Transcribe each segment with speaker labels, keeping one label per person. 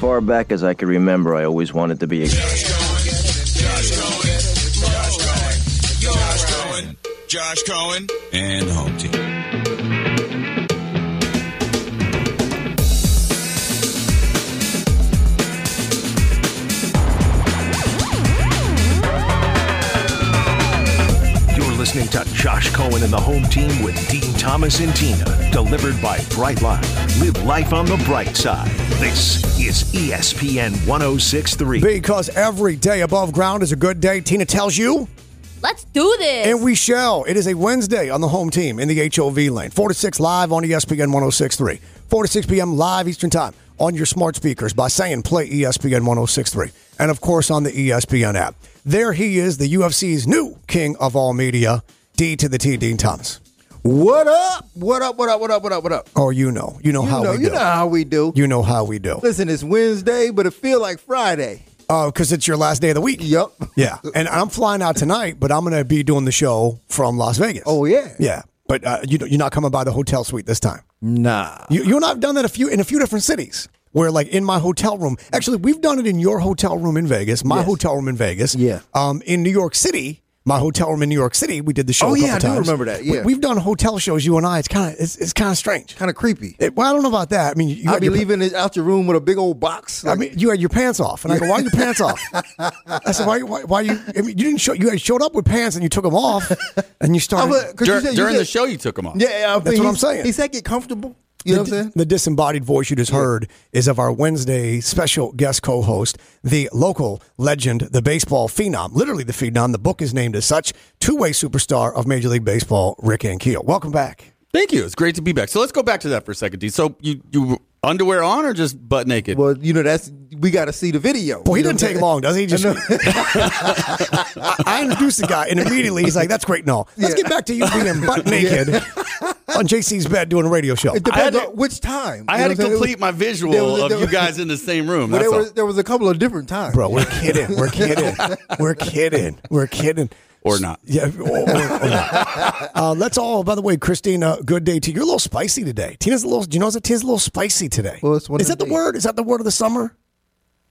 Speaker 1: far back as I could remember, I always wanted to be a.
Speaker 2: Josh Cohen, Josh Cohen, and the home team.
Speaker 3: You're listening to Josh Cohen and the home team with Dean Thomas and Tina, delivered by Brightline. Live life on the bright side. This is E ESPN 1063.
Speaker 4: Because every day above ground is a good day, Tina tells you,
Speaker 5: Let's do this.
Speaker 4: and we shall. It is a Wednesday on the home team in the HOV lane. 4 to 6 live on E ESPN 1063. 4 to 6 p.m. live Eastern Time on your smart speakers by saying play E ESPN 1063. And of course on the E ESPN app. There he is, the UFC's new king of all media, D to the T, Dean Thomas.
Speaker 6: What up? What up? What up? What up? What up? What up?
Speaker 4: Oh, you know. You know
Speaker 6: You
Speaker 4: how
Speaker 6: know,
Speaker 4: we
Speaker 6: you
Speaker 4: do.
Speaker 6: know how we do.
Speaker 4: You know how we do.
Speaker 6: Listen, it's Wednesday, but it feel like Friday.
Speaker 4: Oh, because it's your last day of the week.
Speaker 6: Yup.
Speaker 4: Yeah, and I'm flying out tonight, but I'm going to be doing the show from Las Vegas.
Speaker 6: Oh yeah.
Speaker 4: yeah, but uh, you, you're not coming by the hotel suite this time.
Speaker 6: Nah.
Speaker 4: You, you and I've done that a few in a few different cities. Where like in my hotel room, actually we've done it in your hotel room in Vegas, my
Speaker 6: Yes.
Speaker 4: hotel room in Vegas,
Speaker 6: Yeah.
Speaker 4: um, in New York City, my hotel room in New York City. We did the show.
Speaker 6: Oh,
Speaker 4: a
Speaker 6: yeah,
Speaker 4: couple
Speaker 6: I do
Speaker 4: times.
Speaker 6: remember that,
Speaker 4: We-
Speaker 6: yeah.
Speaker 4: we've done hotel shows. You and I, it's kind of it's, it's kind of strange.
Speaker 6: Kind of creepy.
Speaker 4: It, well, I don't know about that. I mean, you
Speaker 6: I
Speaker 4: got
Speaker 6: be
Speaker 4: your-
Speaker 6: leaving it out your room with a big old box.
Speaker 4: I mean, you had your pants off, and I go, "Why are your pants off?" I said, "Why, why, why you? I mean, you didn't show. You had showed up with pants, and you took them off, and you
Speaker 6: Oh,
Speaker 4: started."
Speaker 7: Dur- during the show, you took him off.
Speaker 6: Yeah, I
Speaker 4: That's
Speaker 6: mean,
Speaker 4: what I'm
Speaker 6: he-
Speaker 4: saying.
Speaker 6: He said, "Get comfortable." You know what I'm saying?
Speaker 4: The disembodied voice you just heard is of our Wednesday special guest co-host, the local legend, the baseball phenom, literally the phenom. The book is named as such. Two-way superstar of Major League Baseball, Rick Ankiel. Welcome back.
Speaker 7: Thank you. It's great to be back. So let's go back to that for a second, D. So you you underwear on or just butt naked?
Speaker 6: Well, you know that's we got to see the video.
Speaker 4: Well, he
Speaker 6: You
Speaker 4: doesn't
Speaker 6: know what I'm
Speaker 4: take
Speaker 6: saying?
Speaker 4: long, does he? He Just I, I introduced the guy, and immediately he's like, "That's great." No, let's get back to you being butt naked on JC's bed doing a radio show.
Speaker 6: It depends
Speaker 7: I had
Speaker 6: on
Speaker 7: to-
Speaker 6: which time.
Speaker 7: I
Speaker 6: You know
Speaker 7: had to
Speaker 6: what I'm saying?
Speaker 7: complete my
Speaker 6: There
Speaker 7: visual
Speaker 6: was-
Speaker 7: of
Speaker 6: there
Speaker 7: you
Speaker 6: was-
Speaker 7: guys in the same room.
Speaker 6: Well,
Speaker 7: That's
Speaker 6: there
Speaker 7: all.
Speaker 6: was there was a couple of different times,
Speaker 4: bro. We're kidding. We're kidding. We're kidding. We're kidding.
Speaker 7: Or not.
Speaker 4: Yeah. Or, or- or not. Uh, let's all. By the way, Christina, good day to you. You're a little spicy today. Tina's a little. Do you know that Tina's a little spicy today?
Speaker 6: Well, it's one
Speaker 4: Is
Speaker 6: of
Speaker 4: that the
Speaker 6: the-
Speaker 4: word? Is that the word of the summer?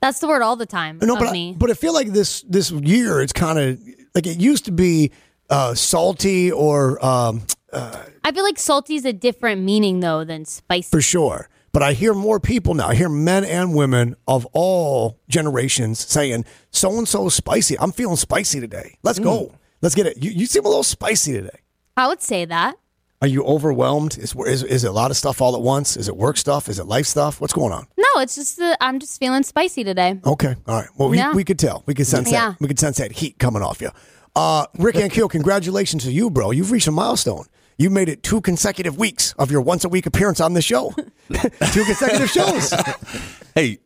Speaker 5: That's the word all the time.
Speaker 4: No,
Speaker 5: of
Speaker 4: but I,
Speaker 5: me.
Speaker 4: but I feel like this this year it's kind of like it used to be uh, salty or um,
Speaker 5: I feel like salty is a different meaning though than spicy.
Speaker 4: for sure. But I hear more people now. I hear men and women of all generations saying, "So and so spicy. I'm feeling spicy today. Let's go.
Speaker 5: Hmm.
Speaker 4: Let's get it." You, you seem a little spicy today.
Speaker 5: I would say that.
Speaker 4: Are you overwhelmed? Is, is is it a lot of stuff all at once? Is it work stuff? Is it life stuff? What's going on?
Speaker 5: No, it's just that I'm just feeling spicy today.
Speaker 4: Okay, all right. Well, we,
Speaker 5: Yeah.
Speaker 4: we could tell. We could sense
Speaker 5: Yeah.
Speaker 4: that. We could sense that heat coming off you. Uh, Rick and Keel, congratulations to you, bro. You've reached a milestone. You made it two consecutive weeks of your once a week appearance on the show. two consecutive shows.
Speaker 7: hey,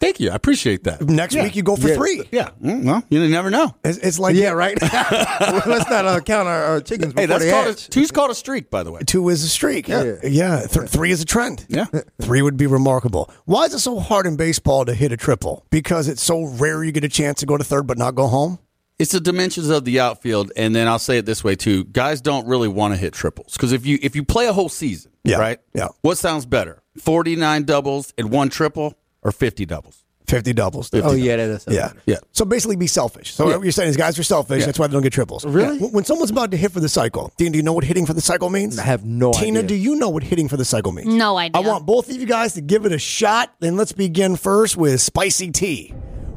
Speaker 7: thank you. I appreciate that.
Speaker 4: Next week you go for three.
Speaker 7: Yeah. Mm, well, you never know.
Speaker 4: It's, it's like
Speaker 6: Yeah, right. Well, let's not uh, count our, our chickens before
Speaker 7: Hey, that's
Speaker 6: they
Speaker 7: called a,
Speaker 6: hatch.
Speaker 7: two's called a streak, by the way.
Speaker 4: two is a streak. Yeah, yeah. Th- three is a trend.
Speaker 7: Yeah.
Speaker 4: three would be remarkable. Why is it so hard in baseball to hit a triple? Because it's so rare you get a chance to go to third but not go home.
Speaker 7: It's the dimensions of the outfield, and then I'll say it this way too: guys don't really want to hit triples because if you if you play a whole season,
Speaker 4: Yeah,
Speaker 7: right?
Speaker 4: yeah.
Speaker 7: What sounds better, forty nine doubles and one triple, or fifty doubles?
Speaker 4: Fifty doubles.
Speaker 6: Oh yeah, that is.
Speaker 4: Yeah.
Speaker 7: Yeah.
Speaker 4: So basically, be selfish. So what you're saying is, guys are selfish. That's why they don't get triples.
Speaker 6: Oh, Really?
Speaker 4: When someone's about to hit for the cycle, Dean, do you know what hitting for the cycle means?
Speaker 6: I have no
Speaker 4: Tina,
Speaker 6: idea.
Speaker 4: do you know what hitting for the cycle means?
Speaker 5: No idea.
Speaker 4: I want both of you guys to give it a shot. Then let's begin first with spicy tea.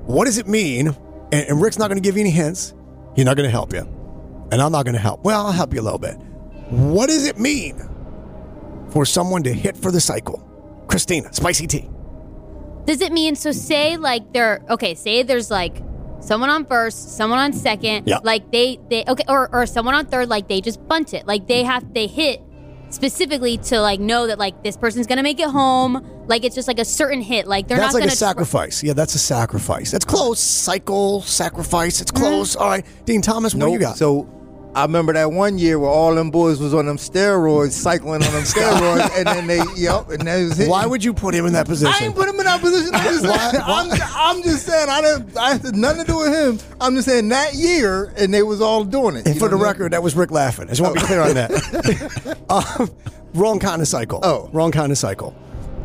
Speaker 4: What does it mean? And, and Rick's not going to give you any hints. He's not going to help you, and I'm not going to help. Well, I'll help you a little bit. What does it mean for someone to hit for the cycle? Christina, spicy tea.
Speaker 5: Does it mean so? Say like there. Okay, say there's like someone on first, someone on second.
Speaker 4: Yeah.
Speaker 5: Like they they okay, or or someone on third. Like they just bunt it. Like they have they hit specifically to like know that like this person's gonna make it home. Like it's just like a certain hit. Like they're
Speaker 4: that's
Speaker 5: not
Speaker 4: like a
Speaker 5: gonna tr-
Speaker 4: sacrifice. yeah, that's a sacrifice. That's close. Cycle sacrifice.
Speaker 5: Mm-hmm.
Speaker 4: It's close. All right, Dean Thomas, what do you got?
Speaker 6: So I remember that one year where all them boys was on them steroids, cycling on them steroids, and then they yep, and that was it.
Speaker 4: why would you put him in that position?
Speaker 6: I ain't put him in that position. I'm just,
Speaker 4: Why-
Speaker 6: I'm, I'm just saying I didn't. I had nothing to do with him. I'm just saying that year, and they was all doing it.
Speaker 4: and
Speaker 6: you
Speaker 4: for the
Speaker 6: know what I mean?
Speaker 4: record, that was Rick laughing. I just want to be clear on that. um, wrong kind of cycle.
Speaker 6: Oh.
Speaker 4: wrong kind of cycle.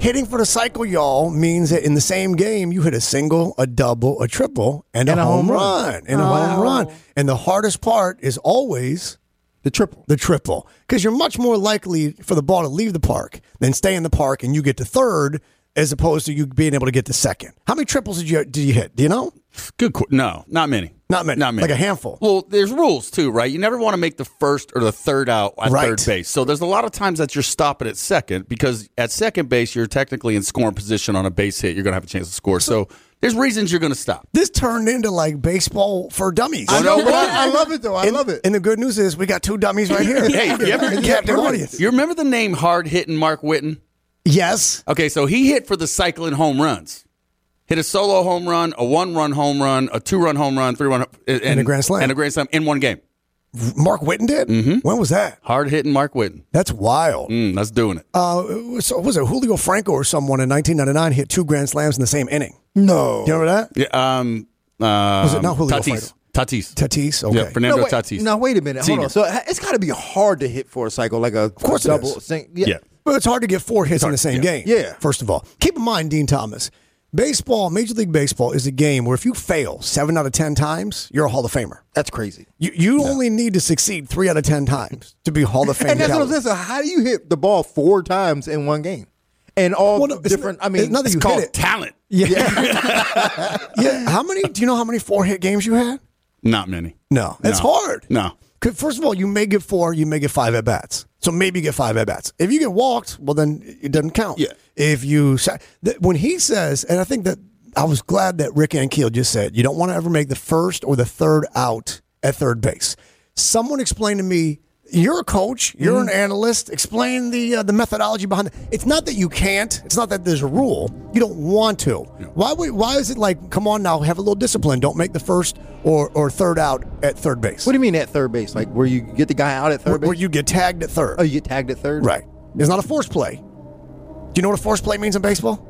Speaker 4: Hitting for the cycle, y'all, means that in the same game you hit a single, a double, a triple, and, a, home run. And a home run. And the hardest part is always
Speaker 6: The triple.
Speaker 4: the triple because you're much more likely for the ball to leave the park than stay in the park and you get to third as opposed to you being able to get to second. How many triples did you did you hit? Do you know?
Speaker 7: Good. Qu- no, not many.
Speaker 4: Not many.
Speaker 7: Not many.
Speaker 4: Like a handful.
Speaker 7: Well, there's rules too, right? You never want to make the first or the third out at
Speaker 4: Right.
Speaker 7: third base. So there's a lot of times that you're stopping at second because at second base you're technically in scoring position on a base hit. You're going to have a chance to score. So there's reasons you're going to stop.
Speaker 4: This turned into like baseball for dummies.
Speaker 7: I know,
Speaker 6: But I, I love it though. I
Speaker 4: And,
Speaker 6: love it.
Speaker 4: and the good news is we got two dummies right here.
Speaker 7: Hey, you ever-
Speaker 4: captive audience.
Speaker 7: You remember the name hard hitting Mark Whitten?
Speaker 4: Yes.
Speaker 7: Okay, so he hit for the cycling home runs. Hit a solo home run, a one run home run, a two run home run, three run, and,
Speaker 4: And a grand slam.
Speaker 7: and a grand slam in one game.
Speaker 4: Mark Whitten did? When was that?
Speaker 7: Hard hitting Mark Whitten.
Speaker 4: That's wild.
Speaker 7: Mm, that's doing it.
Speaker 4: Uh, so was it Julio Franco or someone in 1999 hit two grand slams in the same inning? No. Do you remember that?
Speaker 7: yeah, um, was
Speaker 4: it not Julio
Speaker 7: Tatis? Tatis.
Speaker 4: Tatis. Okay.
Speaker 7: Yeah, Fernando
Speaker 6: wait,
Speaker 7: Tatis.
Speaker 6: now wait a minute. Hold
Speaker 7: Senior.
Speaker 6: on. So ha- it's got to be hard to hit for a cycle, like a of
Speaker 4: course it
Speaker 6: double.
Speaker 4: is.
Speaker 6: sing-
Speaker 7: Yeah.
Speaker 4: But it's hard to get four hits in the same game.
Speaker 6: Yeah.
Speaker 4: First of all, keep in mind, Dean Thomas, baseball, Major League Baseball is a game where if you fail seven out of 10 times, you're a Hall of Famer.
Speaker 6: that's crazy.
Speaker 4: You, you only need to succeed three out of 10 times to be Hall of Fame.
Speaker 6: And that's what I'm
Speaker 4: caliber.
Speaker 6: saying. So how do you hit the ball four times in one game? And all
Speaker 4: Well, no, it's
Speaker 6: different.
Speaker 4: not-
Speaker 6: I mean,
Speaker 4: it's not that
Speaker 6: it's
Speaker 4: you
Speaker 6: called-
Speaker 4: hit it.
Speaker 7: Talent.
Speaker 4: Yeah. How many, do you know how many four hit games you had?
Speaker 7: Not many.
Speaker 4: No. It's hard.
Speaker 7: No.
Speaker 4: 'Cause First of all, you may get four, you may get five at bats. So maybe you get five at bats. If you get walked, well, then it doesn't count.
Speaker 7: Yeah.
Speaker 4: If you, sa- th- when he says, and I think that I was glad that Rick Ankiel just said, you don't want to ever make the first or the third out at third base. Someone explained to me, you're a coach, you're
Speaker 6: Mm-hmm.
Speaker 4: an analyst. Explain the uh, the methodology behind it. It's not that you can't. It's not that there's a rule. You don't want to. Why would, Why is it like, come on now, have a little discipline. Don't make the first or, or third out at third base
Speaker 6: What do you mean at third base? Like where you get the guy out at
Speaker 4: where,
Speaker 6: third base?
Speaker 4: where you get tagged at third.
Speaker 6: oh, you get tagged at third.
Speaker 4: right. It's not a force play. Do you know what a force play means in baseball?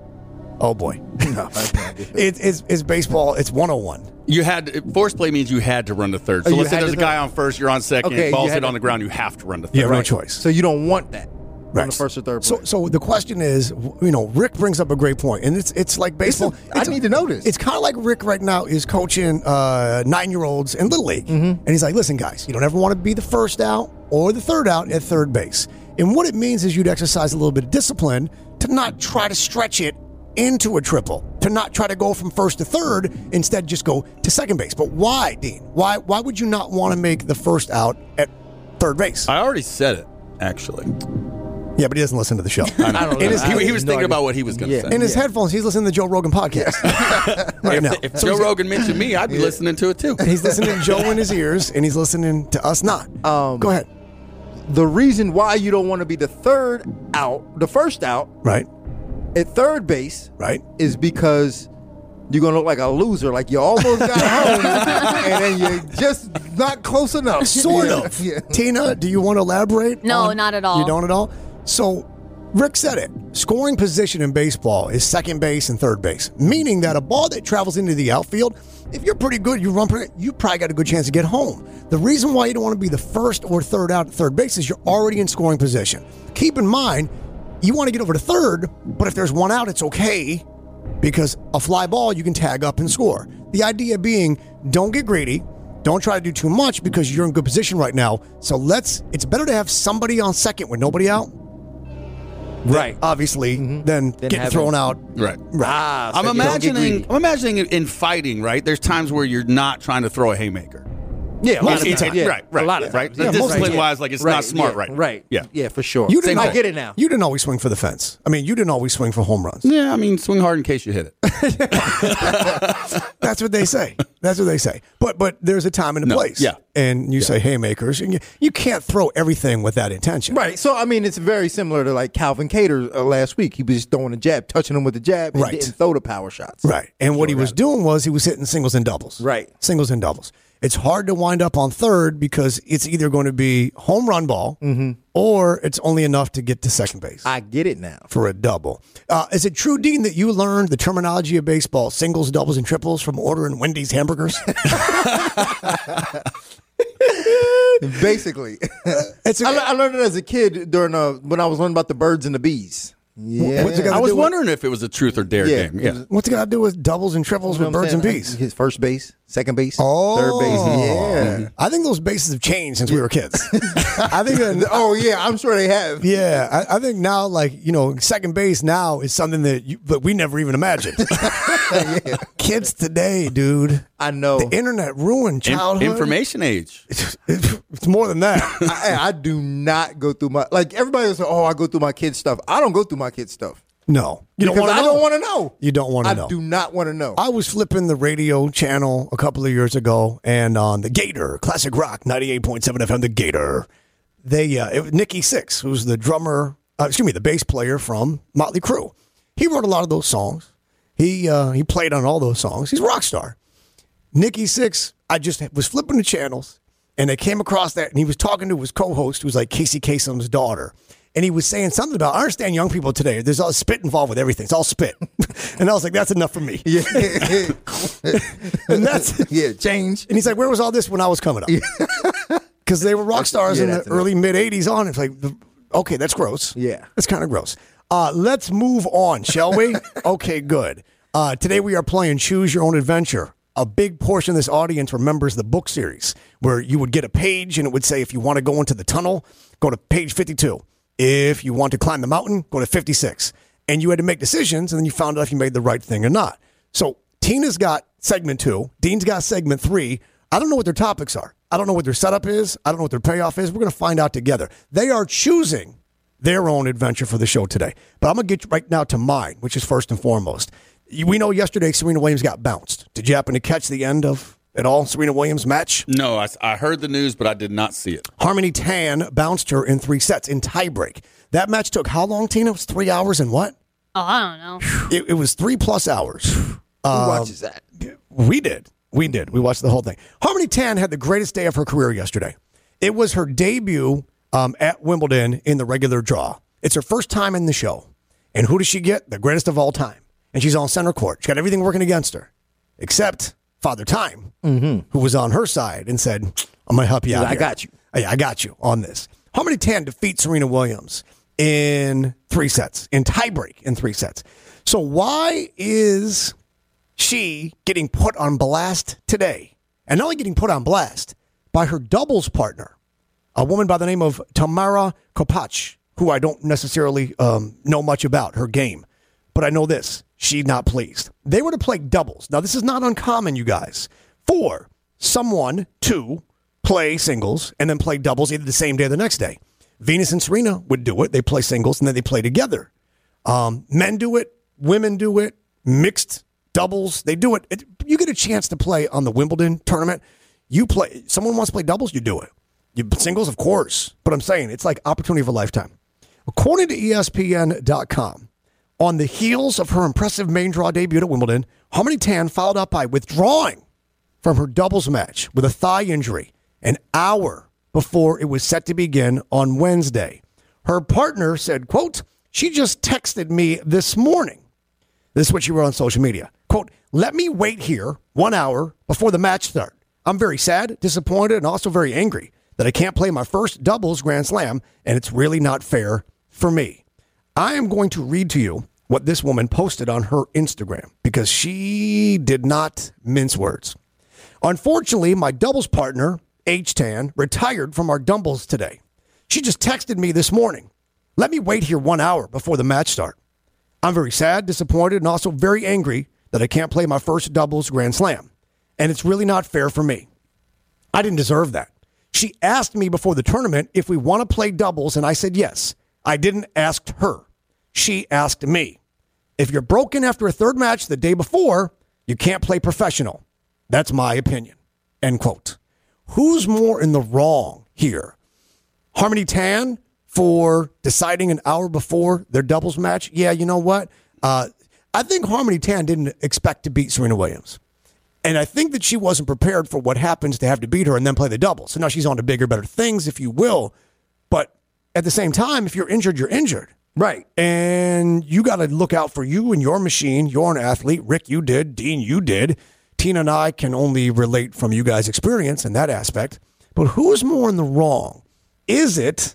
Speaker 4: Oh boy, no. it, it's, it's baseball. It's 101.
Speaker 7: You had force play means you had to run to third.
Speaker 6: Oh,
Speaker 7: So
Speaker 6: you
Speaker 7: let's say
Speaker 6: had
Speaker 7: there's a
Speaker 6: to
Speaker 7: guy
Speaker 6: third.
Speaker 7: on first, you're on second,
Speaker 6: Okay, you
Speaker 7: balls
Speaker 6: had
Speaker 7: hit
Speaker 6: to-
Speaker 7: on the ground, you have to run to third.
Speaker 4: You have no choice.
Speaker 6: So you don't want that on the first or third.
Speaker 4: So,
Speaker 6: play.
Speaker 4: so the question is, w- you know, Rick brings up a great point, and it's it's like baseball.
Speaker 6: This is- I
Speaker 4: it's
Speaker 6: need to know this.
Speaker 4: It's kind of like Rick right now is coaching uh, nine year olds in little league,
Speaker 6: Mm-hmm.
Speaker 4: and he's like, "Listen, guys, you don't ever want to be the first out or the third out at third base." And what it means is you'd exercise a little bit of discipline to not try to stretch it into a triple, to not try to go from first to third, instead just go to second base. But why, Dean? Why why would you not want to make the first out at third base?
Speaker 7: I already said it, actually.
Speaker 4: yeah, but he doesn't listen to the show.
Speaker 7: I
Speaker 6: don't know. I
Speaker 7: He, he
Speaker 6: have
Speaker 7: was
Speaker 6: no
Speaker 7: thinking
Speaker 6: idea.
Speaker 7: about what he was going to
Speaker 6: Yeah.
Speaker 7: say.
Speaker 4: In his headphones, he's listening to Joe Rogan podcast right now.
Speaker 7: If
Speaker 4: So
Speaker 7: Joe
Speaker 4: he's-
Speaker 7: Rogan mentioned me, I'd be listening to it too.
Speaker 4: he's listening to Joe in his ears, and he's listening to us not.
Speaker 6: Um,
Speaker 4: Go ahead.
Speaker 6: the reason why you don't want to be the third out, the first out
Speaker 4: Right,
Speaker 6: at third base,
Speaker 4: right.
Speaker 6: is because you're gonna look like a loser, like you almost got home, and then you're just not close enough.
Speaker 4: Sort
Speaker 6: Yeah.
Speaker 4: of.
Speaker 6: Yeah.
Speaker 4: Tina, do you want to elaborate?
Speaker 5: No,
Speaker 4: on-
Speaker 5: not at all.
Speaker 4: You don't at all. So, Rick said it. Scoring position in baseball is second base and third base, meaning that a ball that travels into the outfield, if you're pretty good, you run pretty, you probably got a good chance to get home. The reason why you don't want to be the first or third out at third base is you're already in scoring position. Keep in mind, you want to get over to third, but if there's one out, it's okay because a fly ball you can tag up and score. The idea being, don't get greedy. Don't try to do too much because you're in good position right now. So let's. It's better to have somebody on second with nobody out,
Speaker 6: Right. Mm-hmm.
Speaker 4: obviously, than getting
Speaker 6: having-
Speaker 4: thrown out.
Speaker 7: Right.
Speaker 6: Ah, so
Speaker 7: I'm
Speaker 6: you don't get
Speaker 7: imagining.
Speaker 6: greedy.
Speaker 7: I'm imagining in- in fighting. Right, there's times where you're not trying to throw a haymaker.
Speaker 6: Yeah, a lot of
Speaker 7: It's-
Speaker 6: times. Yeah.
Speaker 7: it's- right, right,
Speaker 6: a lot of
Speaker 7: right.
Speaker 6: times.
Speaker 7: The
Speaker 6: Yeah, most
Speaker 7: discipline
Speaker 6: times.
Speaker 7: wise, like, it's
Speaker 6: Right,
Speaker 7: not smart,
Speaker 6: yeah,
Speaker 7: right.
Speaker 6: Right.
Speaker 7: Yeah.
Speaker 6: yeah, for sure.
Speaker 4: You didn't.
Speaker 7: Same
Speaker 6: I
Speaker 7: thing.
Speaker 6: get it now.
Speaker 4: You didn't always swing for the fence. I mean, you didn't always swing for home runs.
Speaker 7: Yeah, I mean, swing hard in case you hit it.
Speaker 4: That's what they say. That's what they say. But but there's a time and a
Speaker 7: No,
Speaker 4: place.
Speaker 7: yeah.
Speaker 4: And you say haymakers, and you, you can't throw everything with that intention.
Speaker 6: Right. So I mean, it's very similar to like Calvin Cater uh, last week. He was just throwing a jab, touching him with the jab, and
Speaker 4: Right.
Speaker 6: didn't throw the power shots.
Speaker 4: Right. And what he was doing was he was hitting singles and doubles.
Speaker 6: Right.
Speaker 4: Singles and doubles. It's hard to wind up on third because it's either going to be home run ball
Speaker 6: Mm-hmm.
Speaker 4: or it's only enough to get to second base
Speaker 6: I get it now.
Speaker 4: for a double. Uh, is it true, Dean, that you learned the terminology of baseball, singles, doubles, and triples from ordering Wendy's hamburgers?
Speaker 6: Basically,
Speaker 4: it's
Speaker 6: I, le- I learned it as a kid during uh, when I was learning about the birds and the bees. Yeah.
Speaker 4: What's it got
Speaker 7: I
Speaker 4: to
Speaker 7: was
Speaker 4: do with,
Speaker 7: wondering if it was a truth or dare
Speaker 6: Yeah.
Speaker 7: game. Yeah.
Speaker 4: what's it got to do with doubles and triples
Speaker 6: You know
Speaker 4: with
Speaker 6: what I'm
Speaker 4: birds and
Speaker 6: saying?
Speaker 4: bees?
Speaker 6: His first base, second base,
Speaker 4: Oh,
Speaker 6: third base. Yeah.
Speaker 4: I think those bases have changed since we were kids. I think that
Speaker 6: Oh yeah, I'm sure they have.
Speaker 4: Yeah, I, I think now, like you know, second base now is something that you, that we never even imagined. Kids today, dude,
Speaker 6: I know.
Speaker 4: the internet ruined
Speaker 7: In-
Speaker 4: childhood.
Speaker 7: information age.
Speaker 4: it's more than that.
Speaker 6: I, I do not go through my like everybody was like, oh, I go through my kids stuff. I don't go through my kids stuff.
Speaker 4: No, you don't
Speaker 6: Because
Speaker 4: want to.
Speaker 6: I don't want to know.
Speaker 4: You don't want
Speaker 6: I
Speaker 4: to know.
Speaker 6: do not want to know.
Speaker 4: I was flipping the radio channel a couple of years ago, and on the Gator Classic Rock ninety eight point seven FM, the Gator. They uh, it was Nikki Six, who's the drummer, uh, excuse me, the bass player from Motley Crue. He wrote a lot of those songs. He uh, he played on all those songs. He's a rock star. Nikki Six, I just was flipping the channels and I came across that, and he was talking to his co-host, who was like Casey Kasem's daughter, and he was saying something about. I understand young people today. There's all spit involved with everything. It's all spit, and I was like, that's enough for me.
Speaker 6: yeah.
Speaker 4: And that's and
Speaker 6: yeah, change.
Speaker 4: he's like, where was all this when I was coming up? Because they were rock stars
Speaker 6: Yeah,
Speaker 4: in the
Speaker 6: that's it.
Speaker 4: early mid '80s. On it's like, the- okay, that's gross.
Speaker 6: Yeah.
Speaker 4: that's kind of gross. Uh, let's move on, shall we? okay, good. Uh, today we are playing Choose Your Own Adventure. A big portion of this audience remembers the book series where you would get a page and it would say, if you want to go into the tunnel, go to page 52. If you want to climb the mountain, go to 56. And you had to make decisions and then you found out if you made the right thing or not. So Tina's got segment two, Dean's got segment three. I don't know what their topics are. I don't know what their setup is. I don't know what their payoff is. We're going to find out together. They are choosing their own adventure for the show today. But I'm going to get right now to mine, which is first and foremost. You- We know yesterday Serena Williams got bounced. Did you happen to catch the end of it all, Serena Williams' match?
Speaker 7: No, I, s- I heard the news, but I did not see it.
Speaker 4: Harmony Tan bounced her in three sets in tiebreak. That match took how long, Tina? It was three hours and what?
Speaker 5: Oh, I don't know.
Speaker 4: It, it was three plus hours. Um,
Speaker 6: Who watches that?
Speaker 4: We did. We did. We watched the whole thing. Harmony Tan had the greatest day of her career yesterday. It was her debut um, at Wimbledon in the regular draw. It's her first time in the show. And who does she get? The greatest of all time. And she's on center court. She got everything working against her, except Father Time, who was on her side and said, I'm going to help you out.
Speaker 6: Mm-hmm. I
Speaker 4: here."
Speaker 6: got you.
Speaker 4: Hey, I got you on this. Harmony Tan defeats Serena Williams in three sets, in tiebreak in three sets. So why is she getting put on blast today? And not only getting put on blast by her doubles partner, a woman by the name of Tamara Kopach, who I don't necessarily um, know much about her game, but I know this: she's not pleased. They were to play doubles. Now, this is not uncommon, you guys, for someone to play singles and then play doubles either the same day or the next day. Venus and Serena would do it. They play singles and then they play together. Um, men do it, women do it, mixed doubles. They do it. it. You get a chance to play on the Wimbledon tournament. You play. Someone wants to play doubles, you do it. You singles, of course. But I'm saying it's like opportunity of a lifetime. According to E ESPN.com, on the heels of her impressive main draw debut at Wimbledon, Harmony Tan followed up by withdrawing from her doubles match with a thigh injury an hour before it was set to begin on Wednesday. Her partner said, quote, she just texted me this morning. This is what she wrote on social media. Quote, let me wait here one hour before the match start. I'm very sad, disappointed, and also very angry that I can't play my first doubles Grand Slam, and it's really not fair for me. I am going to read to you what this woman posted on her Instagram because she did not mince words. Unfortunately, my doubles partner, H Tan, retired from our doubles today. She just texted me this morning. Let me wait here one hour before the match start. I'm very sad, disappointed, and also very angry that I can't play my first doubles Grand Slam. And it's really not fair for me. I didn't deserve that. She asked me before the tournament if we want to play doubles, and I said yes. I didn't ask her. She asked me. If you're broken after a third match the day before, you can't play professional. That's my opinion. End quote. Who's more in the wrong here? Harmony Tan for deciding an hour before their doubles match. Yeah, you know what? Uh, I think Harmony Tan didn't expect to beat Serena Williams. And I think that she wasn't prepared for what happens to have to beat her and then play the doubles. So now she's on to bigger, better things, if you will. But at the same time, if you're injured, you're injured.
Speaker 6: Right.
Speaker 4: And you got to look out for you and your machine. You're an athlete. Rick, you did. Dean, you did. Tina and I can only relate from you guys' experience in that aspect. But who's more in the wrong? Is it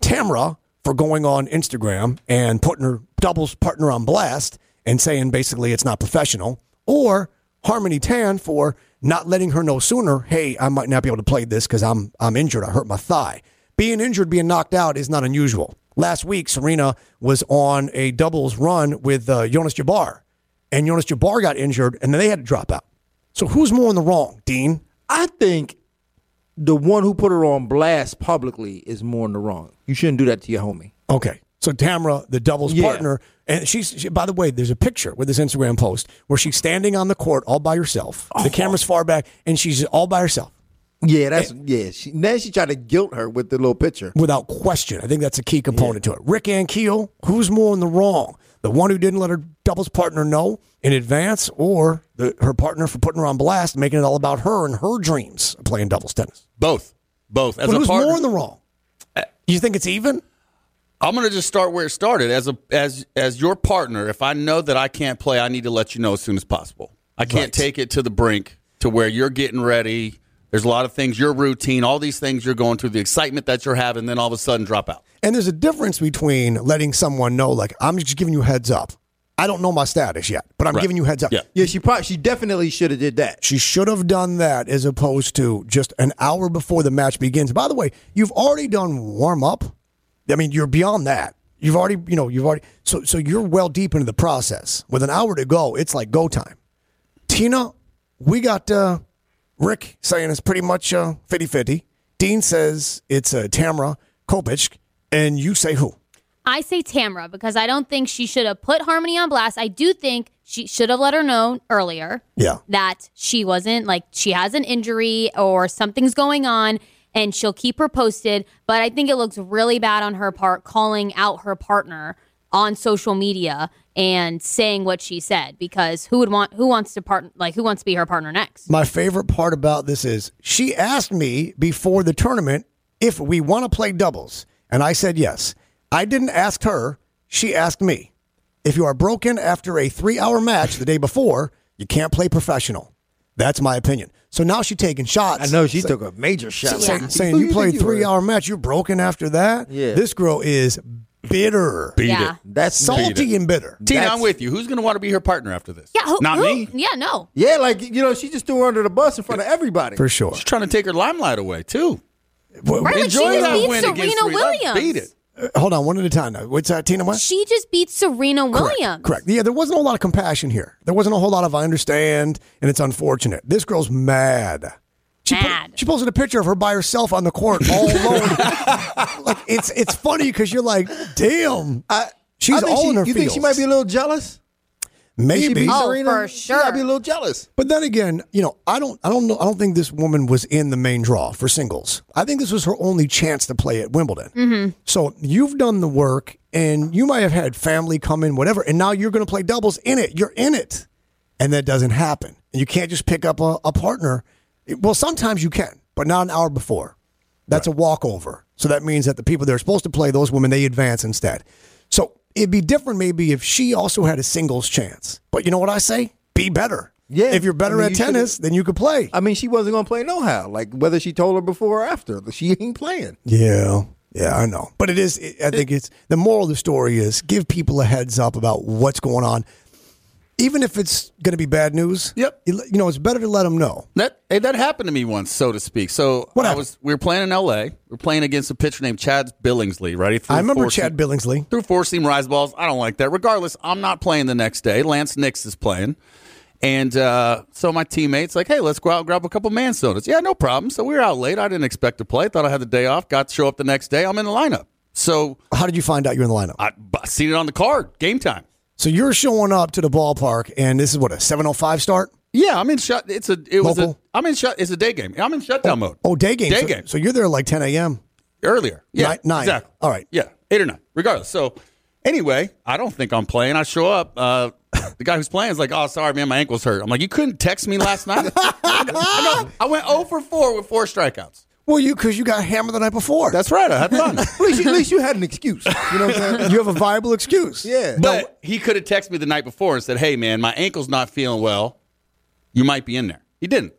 Speaker 4: Tamra for going on Instagram and putting her doubles partner on blast and saying basically it's not professional, or Harmony Tan for not letting her know sooner, hey, I might not be able to play this because I'm I'm injured. I hurt my thigh. Being injured, being knocked out is not unusual. Last week, Serena was on a doubles run with uh, Jonas Jabbar, and Jonas Jabbar got injured, and then they had to drop out. So who's more in the wrong, Dean?
Speaker 6: I think the one who put her on blast publicly is more in the wrong. You shouldn't do that to your homie.
Speaker 4: Okay. So Tamra, the doubles
Speaker 6: Yeah.
Speaker 4: partner, and she's she, by the way, there's a picture with this Instagram post where she's standing on the court all by herself.
Speaker 7: Oh.
Speaker 4: The camera's far back, and she's all by herself
Speaker 6: Yeah, that's yeah. She, now she tried to guilt her with the little picture.
Speaker 4: without question. I think that's a key component to it. Rick and Keel, who's more in the wrong? The one who didn't let her doubles partner know in advance, or the, her partner for putting her on blast, making it all about her and her dreams of playing doubles tennis.
Speaker 7: Both. Both. As
Speaker 4: But
Speaker 7: a
Speaker 4: who's
Speaker 7: partner,
Speaker 4: more in the wrong? You think it's even?
Speaker 7: I'm gonna just start where it started. As a as as your partner, if I know that I can't play, I need to let you know as soon as possible. I can't take it to the brink to where you're getting ready. There's a lot of things, your routine, all these things you're going through, the excitement that you're having, then all of a sudden drop out.
Speaker 4: And there's a difference between letting someone know, like, I'm just giving you heads up. I don't know my status yet, but I'm
Speaker 7: Right.
Speaker 4: giving you heads up.
Speaker 7: Yeah.
Speaker 6: Yeah, she probably she definitely should have did that.
Speaker 4: She should have done that as opposed to just an hour before the match begins. By the way, you've already done warm up. I mean, you're beyond that. You've already, you know, you've already, so, so you're well deep into the process. With an hour to go, it's like go time. Tina, we got uh, Rick saying it's pretty much uh, 50 50. Dean says it's uh, Tamra Kopich, and you say who?
Speaker 5: I say Tamra because I don't think she should have put Harmony on blast. I do think she should have let her know earlier
Speaker 4: Yeah.
Speaker 5: that she wasn't like she has an injury or something's going on and she'll keep her posted. But I think it looks really bad on her part calling out her partner on social media and saying what she said because who would want who wants to part like who wants to be her partner next?
Speaker 4: My favorite part about this is she asked me before the tournament if we want to play doubles, and I said yes. I didn't ask her, she asked me. If you are broken after a three hour match the day before, you can't play professional. That's my opinion. So now she's taking shots.
Speaker 6: I know she took a major shot.
Speaker 4: saying,
Speaker 6: Who
Speaker 4: saying you
Speaker 6: think
Speaker 4: played
Speaker 6: are?"
Speaker 4: three hour match, you're broken after that.
Speaker 6: Yeah.
Speaker 4: This girl is bitter,
Speaker 7: Beat
Speaker 5: yeah.
Speaker 7: it.
Speaker 6: That's
Speaker 4: salty, and bitter.
Speaker 7: Tina,
Speaker 6: That's-
Speaker 7: I'm with you. Who's going to want to be her partner after this?
Speaker 5: Yeah, who,
Speaker 7: Not
Speaker 5: who-
Speaker 7: me.
Speaker 5: Yeah, no.
Speaker 6: Yeah, like you know, she just threw her under the bus in front of everybody.
Speaker 4: For sure.
Speaker 7: She's trying to take her limelight away, too.
Speaker 5: Right, like she
Speaker 7: Enjoy
Speaker 5: just
Speaker 7: that
Speaker 5: beat
Speaker 7: win against
Speaker 5: Serena
Speaker 7: Serena.
Speaker 5: Williams.
Speaker 7: Beat it.
Speaker 4: Uh, Hold on, one at a time now. What's that, Tina? What?
Speaker 5: She just beat Serena
Speaker 4: Correct,
Speaker 5: Williams.
Speaker 4: Correct. Yeah, there wasn't a lot of compassion here. There wasn't a whole lot of I understand, and it's unfortunate. This girl's mad. She, po-
Speaker 5: Mad.
Speaker 4: she posted a picture of her by herself on the court, all alone. like it's it's funny because you're like, damn,
Speaker 6: I
Speaker 4: she's
Speaker 6: think
Speaker 4: all
Speaker 6: she,
Speaker 4: in her
Speaker 6: You think she
Speaker 4: feels.
Speaker 6: might be a little jealous? She
Speaker 4: maybe.
Speaker 6: beat
Speaker 5: Oh,
Speaker 6: Serena.
Speaker 5: for
Speaker 6: She might
Speaker 5: sure.
Speaker 6: be a little jealous.
Speaker 4: But then again, you know, I don't, I don't know, I don't think this woman was in the main draw for singles. I think this was her only chance to play at Wimbledon. So you've done the work, and you might have had family come in, whatever, and now you're going to play doubles in it. You're in it, and that doesn't happen. And you can't just pick up a, a partner. It- Well, sometimes you can, but not an hour before. That's a walkover. So that means that the people that are supposed to play those women, they advance instead. So it'd be different maybe if she also had a singles chance. But you know what I say? Be better.
Speaker 6: Yeah.
Speaker 4: If you're better
Speaker 6: I mean,
Speaker 4: at
Speaker 6: you should've-
Speaker 4: tennis, then you could play.
Speaker 6: I mean, she wasn't gonna play no how. Like whether she told her before or after, she ain't playing.
Speaker 4: yeah. Yeah, I know. But it is, it, I think it's the moral of the story is give people a heads up about what's going on. Even if it's going to be bad news,
Speaker 7: Yep.
Speaker 4: you let- you know, it's better to let them know.
Speaker 7: That hey, that happened to me once, so to speak. So
Speaker 4: What
Speaker 7: I
Speaker 4: happened?
Speaker 7: was we were playing in L.A. We were playing against a pitcher named Chad Billingsley, right? He threw
Speaker 4: I remember
Speaker 7: four
Speaker 4: Chad
Speaker 7: seam-
Speaker 4: Billingsley.
Speaker 7: threw four seam rise balls. I don't like that. Regardless, I'm not playing the next day. Lance Nix is playing, and uh, so my teammates like, hey, let's go out and grab a couple man sodas. Yeah, no problem. So we were out late. I didn't expect to play. Thought I had the day off. Got to show up the next day. I'm in the lineup. So
Speaker 4: How did you find out you're in the lineup?
Speaker 7: I, I seen it on the card. Game time.
Speaker 4: So you're showing up to the ballpark, and this is what a 7:05 start.
Speaker 7: Yeah, I'm in shut. It's a. It was a.
Speaker 4: Local?
Speaker 7: I'm in shut. It's a day game. I'm in shutdown mode.
Speaker 4: Oh, day game.
Speaker 7: Day
Speaker 4: so,
Speaker 7: game.
Speaker 4: So you're there like 10 a.m.
Speaker 7: earlier. Yeah,
Speaker 4: Nine- nine.
Speaker 7: Exactly.
Speaker 4: All right.
Speaker 7: Yeah, eight or nine, regardless. So, anyway, I don't think I'm playing. I show up. Uh, the guy who's playing is like, "Oh, sorry, man, my ankle's hurt." I'm like, "You couldn't text me last night." I, know. I went 0 for 4 with four strikeouts.
Speaker 4: Well, you because you got hammered the night before.
Speaker 7: That's right. I had fun.
Speaker 6: At least, at least you had an excuse. You know what I'm saying?
Speaker 4: you have a viable excuse.
Speaker 6: Yeah.
Speaker 7: but he could have texted me the night before and said, "Hey, man, my ankle's not feeling well. You might be in there." He didn't.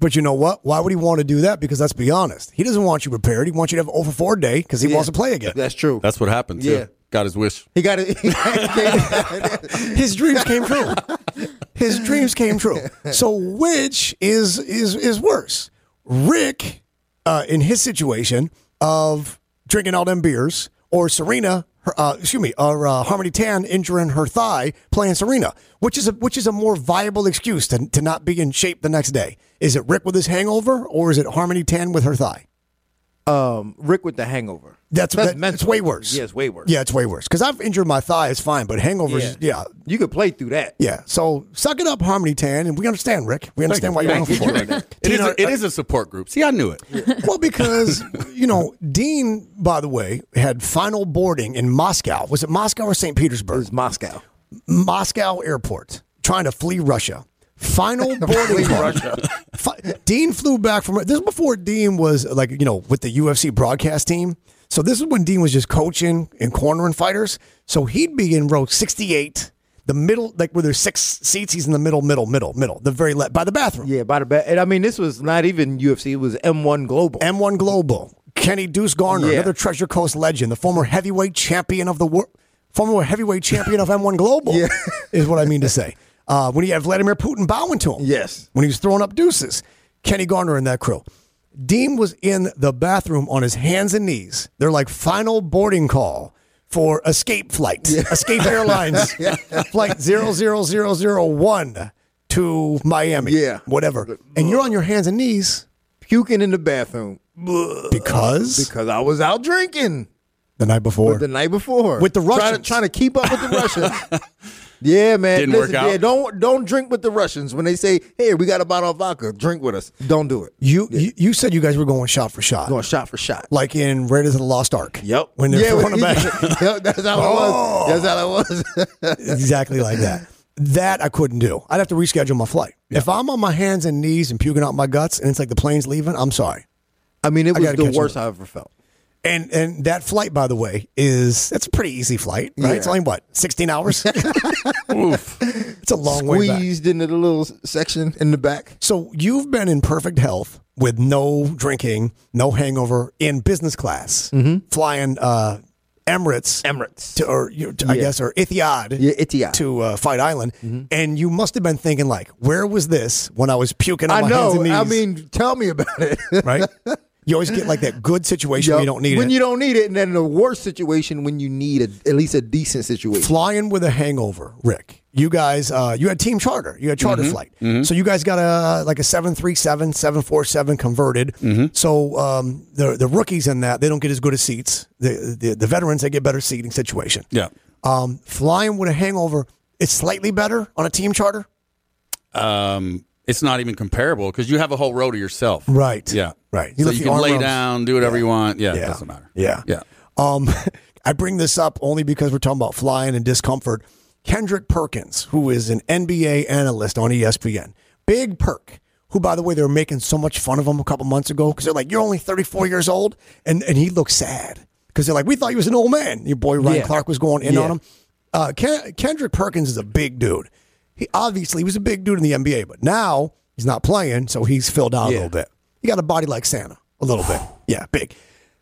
Speaker 4: But you know what? Why would he want to do that? Because let's be honest, he doesn't want you prepared. He wants you to have over four day because he wants to play again.
Speaker 6: That's true.
Speaker 7: That's what happened. Too.
Speaker 6: Yeah.
Speaker 7: got his wish.
Speaker 6: he got it.
Speaker 4: His dreams came true. His dreams came true. So which is is is worse? Rick, uh, in his situation of drinking all them beers, or Serena, her, uh, excuse me, or uh, Harmony Tan injuring her thigh playing Serena, which is a which is a more viable excuse to to not be in shape the next day. Is it Rick with his hangover, or is it Harmony Tan with her thigh?
Speaker 6: Um, Rick with the hangover.
Speaker 4: That's that's, that,
Speaker 6: mental.
Speaker 4: it's way worse.
Speaker 6: Yeah, it's way worse.
Speaker 4: Yeah, it's way worse. Because I've injured my thigh, it's fine, but hangovers, yeah,
Speaker 6: You could play through that.
Speaker 4: yeah. So suck it up, Harmony Tan, and we understand, Rick. We understand why you're going
Speaker 7: Thank you.
Speaker 4: for
Speaker 7: Thank you.
Speaker 4: it.
Speaker 7: It is,
Speaker 4: Tina,
Speaker 7: a, it is a support group. See, I knew it.
Speaker 4: well, because you know, Dean, by the way, had final boarding in Moscow. Was it Moscow or St. Petersburg?
Speaker 6: It's Moscow.
Speaker 4: Moscow airport, trying to flee Russia. Final boarding call. Fi- Dean flew back from this is before Dean was like you know with the UFC broadcast team. So this is when Dean was just coaching and cornering fighters. So he'd be in row sixty eight, the middle, like where there's six seats. He's in the middle, middle, middle, middle, the very left by the bathroom.
Speaker 6: Yeah, by the back. And I mean, this was not even UFC. It was M1 Global.
Speaker 4: M1 Global, Kenny Deuce Garner,
Speaker 6: Yeah.
Speaker 4: another Treasure Coast legend, the former heavyweight champion of the world, former heavyweight champion of M1 Global, is what I mean to say. Uh, when he had Vladimir Putin bowing to him.
Speaker 6: Yes.
Speaker 4: When he was throwing up deuces. Kenny Garner and that crew. Dean was in the bathroom on his hands and knees. They're like final boarding call for escape flight, escape airlines, flight 00001 to Miami.
Speaker 6: Yeah.
Speaker 4: Whatever. And you're on your hands and knees
Speaker 6: Puking in the bathroom
Speaker 4: because
Speaker 6: because I was out drinking
Speaker 4: The night before.
Speaker 6: the night before
Speaker 4: With the
Speaker 6: Trying to-
Speaker 4: Russians.
Speaker 6: trying to, keep up with the Russians. yeah, man.
Speaker 7: Didn't
Speaker 6: Listen,
Speaker 7: work out.
Speaker 6: Yeah, don't don't drink with the Russians when they say, "Hey, we got a bottle of vodka. Drink with us." Don't do it.
Speaker 4: you, you you said you guys were going shot for shot,
Speaker 6: Going shot for shot.
Speaker 4: like in Raiders of the Lost Ark.
Speaker 6: Yep.
Speaker 4: When they're
Speaker 6: yeah,
Speaker 4: throwing them back,
Speaker 6: yeah, that's how
Speaker 4: Oh.
Speaker 6: it was. That's how it was.
Speaker 4: exactly like that. That I couldn't do. I'd have to reschedule my flight. If I'm on my hands and knees and puking out my guts, and it's like the plane's leaving, I'm sorry.
Speaker 6: I mean, it was
Speaker 4: gotta
Speaker 6: the
Speaker 4: catch
Speaker 6: worst
Speaker 4: up.
Speaker 6: I ever felt.
Speaker 4: And and that flight, by the way, is it's a pretty easy flight, right?
Speaker 6: Yeah.
Speaker 4: It's only what sixteen hours. It's a long way back.
Speaker 6: Squeezed into the little section in the back.
Speaker 4: So you've been in perfect health with no drinking, no hangover in business class, flying uh, Emirates,
Speaker 6: Mm-hmm. Emirates.
Speaker 4: to, or you know, to- I
Speaker 6: Yeah.
Speaker 4: guess, or Etihad,
Speaker 6: Yeah, Mm-hmm. Etihad.
Speaker 4: to uh, Fight Island, and you must have been thinking like, where was this when I was puking on
Speaker 6: I
Speaker 4: my hands
Speaker 6: know.
Speaker 4: and knees?
Speaker 6: I mean, tell me about it.
Speaker 4: right? You always get like that good situation where you don't need
Speaker 6: when
Speaker 4: it.
Speaker 6: you don't need it, and then the worst situation when you need a, at least a decent situation.
Speaker 4: flying with a hangover, Rick. You guys, uh, you had team charter. You had charter
Speaker 7: Mm-hmm.
Speaker 4: flight. So you guys got a like a 737, 747 converted.
Speaker 7: Mm-hmm.
Speaker 4: So um, the the rookies in that they don't get as good as seats. The the, the veterans they get better seating situation.
Speaker 7: Yeah.
Speaker 4: Um, flying with a hangover, it's slightly better on a team charter.
Speaker 7: Um, it's not even comparable because you have a whole row to yourself.
Speaker 4: Right.
Speaker 7: Yeah.
Speaker 4: Right.
Speaker 7: so
Speaker 4: lift
Speaker 7: you
Speaker 4: your
Speaker 7: can
Speaker 4: arm
Speaker 7: lay
Speaker 4: rows.
Speaker 7: down, do whatever you want. Yeah,
Speaker 4: Yeah.
Speaker 7: It doesn't matter.
Speaker 4: Yeah.
Speaker 7: Yeah.
Speaker 4: Um, I bring this up only because we're talking about flying and discomfort. Kendrick Perkins, who is an NBA analyst on E ESPN, big perk. Who, by the way, they were making so much fun of him a couple months ago because they're like, "You're only 34 years old," and and he looked sad because they're like, "We thought he was an old man." Your boy Ryan
Speaker 6: Yeah.
Speaker 4: Clark was going in
Speaker 6: Yeah.
Speaker 4: on him. Uh, Ken- Kendrick Perkins is a big dude. He obviously he was a big dude in the NBA, but now he's not playing, so he's filled out a
Speaker 6: Yeah.
Speaker 4: little bit. He got a body like Santa, a little bit. Yeah, big.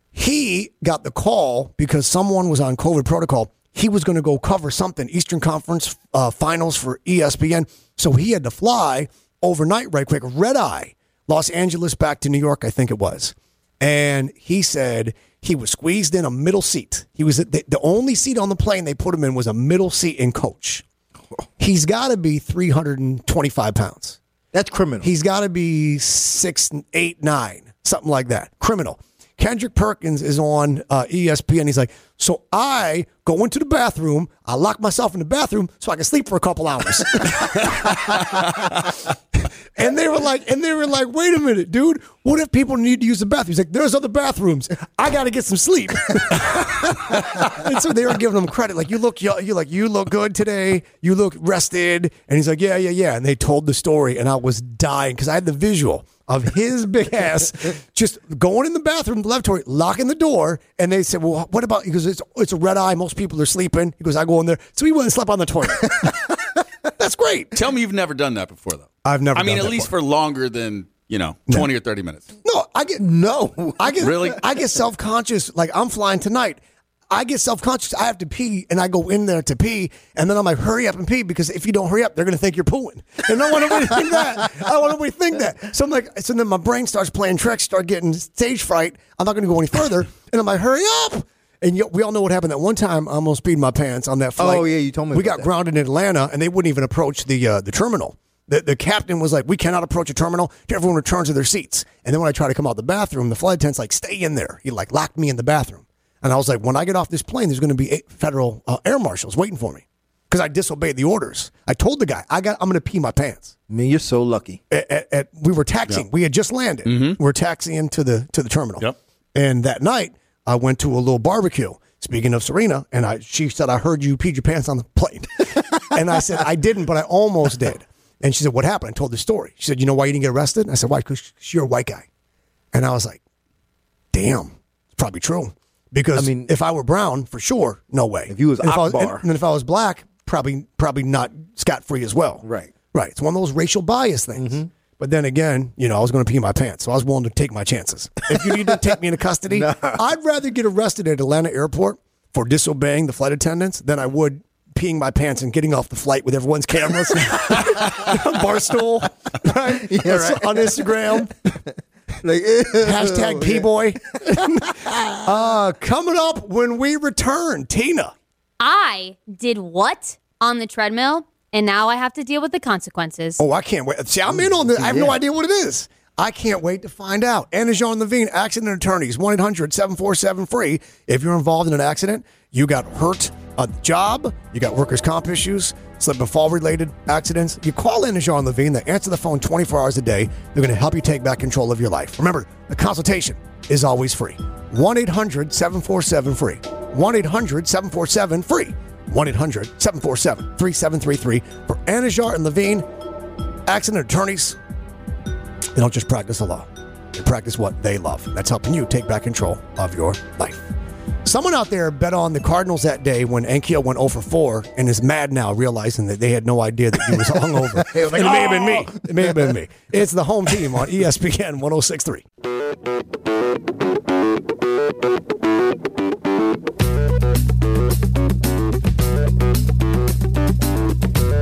Speaker 4: He got the call because someone was on COVID protocol. He was going to go cover something, Eastern Conference uh, Finals for ESPN. So he had to fly overnight, right quick, red eye, Los Angeles back to New York, I think it was. And he said he was squeezed in a middle seat. He was the, the only seat on the plane they put him in was a middle seat in coach. He's got to be 325 pounds.
Speaker 6: That's criminal.
Speaker 4: He's got to be six, eight, nine, something like that. Criminal. Kendrick Perkins is on uh, ESPN. He's like, so I go into the bathroom, I lock myself in the bathroom so I can sleep for a couple hours. and they were like, and they were like, wait a minute, dude. What if people need to use the bathroom? He's like, there's other bathrooms. I got to get some sleep. and so they were giving him credit, like you look, yo- you like you look good today. You look rested, and he's like, yeah, yeah, yeah. And they told the story, and I was dying because I had the visual of his big ass just going in the bathroom, the lavatory, locking the door, and they said, well, what about? He goes, it's it's a red eye. Most people are sleeping. He goes, I go in there, so he went and slept on the toilet. That's great.
Speaker 7: Tell me you've never done that before, though.
Speaker 4: I've never
Speaker 7: I mean,
Speaker 4: done
Speaker 7: at
Speaker 4: that
Speaker 7: least
Speaker 4: before.
Speaker 7: for longer than you know, 20 or 30 minutes.
Speaker 4: No, I get no. I get
Speaker 7: Really?
Speaker 4: I get self conscious. Like I'm flying tonight. I get self conscious. I have to pee, and I go in there to pee, and then I'm like, "Hurry up and pee," because if you don't hurry up, they're gonna think you're pooing, and I don't want nobody to think that. I don't want nobody to think that. So I'm like, so then my brain starts playing tricks, start getting stage fright. I'm not gonna go any further, and I'm like, "Hurry up!" And you, we all know what happened that one time. I almost peed my pants on that flight.
Speaker 6: Oh, yeah, you told me
Speaker 4: We
Speaker 6: about
Speaker 4: got
Speaker 6: that.
Speaker 4: grounded in Atlanta, and they wouldn't even approach the uh, the terminal. The, the captain was like, "We cannot approach a terminal." Everyone returns to their seats, and then when I try to come out the bathroom, the flight attendant's like, "Stay in there." He like locked me in the bathroom, and I was like, "When I get off this plane, there's going to be eight federal uh, air marshals waiting for me because I disobeyed the orders." I told the guy, "I got, I'm going to pee my pants."
Speaker 6: Man, you're so lucky.
Speaker 4: at, at, at- we were taxiing. We had just landed.
Speaker 6: Mm-hmm.
Speaker 4: We were taxiing to the to the terminal.
Speaker 7: Yep.
Speaker 4: And that night, I went to a little barbecue. Speaking of Serena, and I, she said, "I heard you peed your pants on the plane," and I said, "I didn't, but I almost did." And she said, "What happened?" I told the story. She said, "You know why you didn't get arrested?" And I said, "Why? Because you're a white guy." And I was like, "Damn, it's probably true." Because
Speaker 6: I mean-
Speaker 4: if I were brown, for sure, no way.
Speaker 6: If you was
Speaker 4: and if I was,
Speaker 6: Akbar.
Speaker 4: and- and if I was black, probably probably not scot free as well.
Speaker 6: Right.
Speaker 4: Right. It's one of those racial bias things. But then again, you know, I was going to pee my pants, so I was willing to take my chances. If you need to take me into custody, I'd rather get arrested at Atlanta Airport for disobeying the flight attendants than I would peeing my pants and getting off the flight with everyone's cameras, barstool, right? That's on Instagram,
Speaker 6: Like,
Speaker 4: hashtag p boy. uh, coming up when we return, Tina.
Speaker 5: I did what on the treadmill, and now I have to deal with the consequences.
Speaker 4: Oh, I can't wait. See, I'm in on this. I have no idea what it is. I can't wait to find out. Anna Jean Levine, accident attorneys, 1 800 747 free. If you're involved in an accident, you got hurt on the job, you got workers' comp issues, slip and fall related accidents, you call Anna Jean Levine. They answer the phone 24 hours a day. They're going to help you take back control of your life. Remember, the consultation is always free. 1 800 747 free. 1 800 747 free. 1 800 747 3733 for Anna Jean and Levine accident attorneys, they don't just practice the law. They practice what they love. That's helping you take back control of your life. Someone out there bet on the Cardinals that day when Ankiel went 0 for 4 and is mad now, realizing that they had no idea that he was "Oh!" hungover. it it may have been me. It may have been me. It's the home team on E ESPN 1063.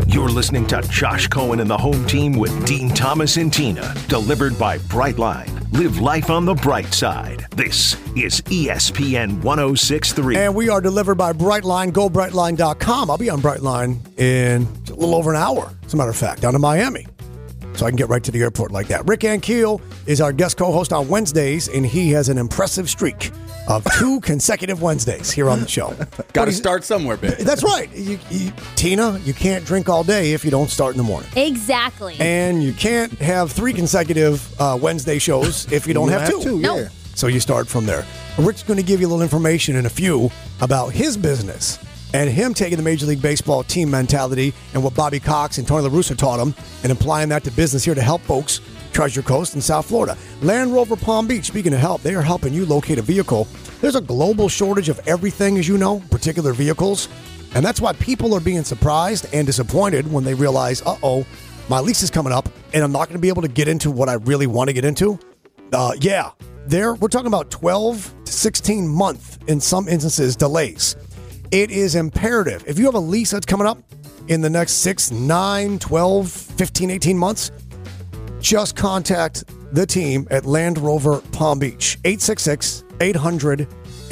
Speaker 3: You're listening to Josh Cohen and the home team with Dean Thomas and Tina, delivered by Brightline. Live life on the bright side. This is E ESPN 1063.
Speaker 4: And we are delivered by Brightline. Go brightline.com. I'll be on Brightline in a little over an hour, as a matter of fact, down to Miami. So I can get right to the airport like that. Rick Ankiel is our guest co host on Wednesdays, and he has an impressive streak of two consecutive Wednesdays here on the show.
Speaker 7: Got to start somewhere, big.
Speaker 4: That's right. You, you, Tina, you can't drink all day if you don't start in the morning.
Speaker 5: Exactly.
Speaker 4: And you can't have three consecutive uh, Wednesday shows if you don't have, two.
Speaker 5: No.
Speaker 6: Yeah.
Speaker 4: So you start from there. Rick's going to give you a little information in a few about his business and him taking the Major League Baseball team mentality and what Bobby Cox and Tony La Russa taught him and applying that to business here to help folks Treasure Coast and South Florida. Land Rover Palm Beach, speaking of help, they are helping you locate a vehicle. There's a global shortage of everything, as you know, particular vehicles. And that's why people are being surprised and disappointed when they realize, uh oh, my lease is coming up and I'm not going to be able to get into what I really want to get into. Uh, yeah, there we're talking about 12 to 16 month in some instances delays. It is imperative. If you have a lease that's coming up in the next 6, 9, 12, 15, 18 months, just contact the team at Land Rover Palm Beach 866 800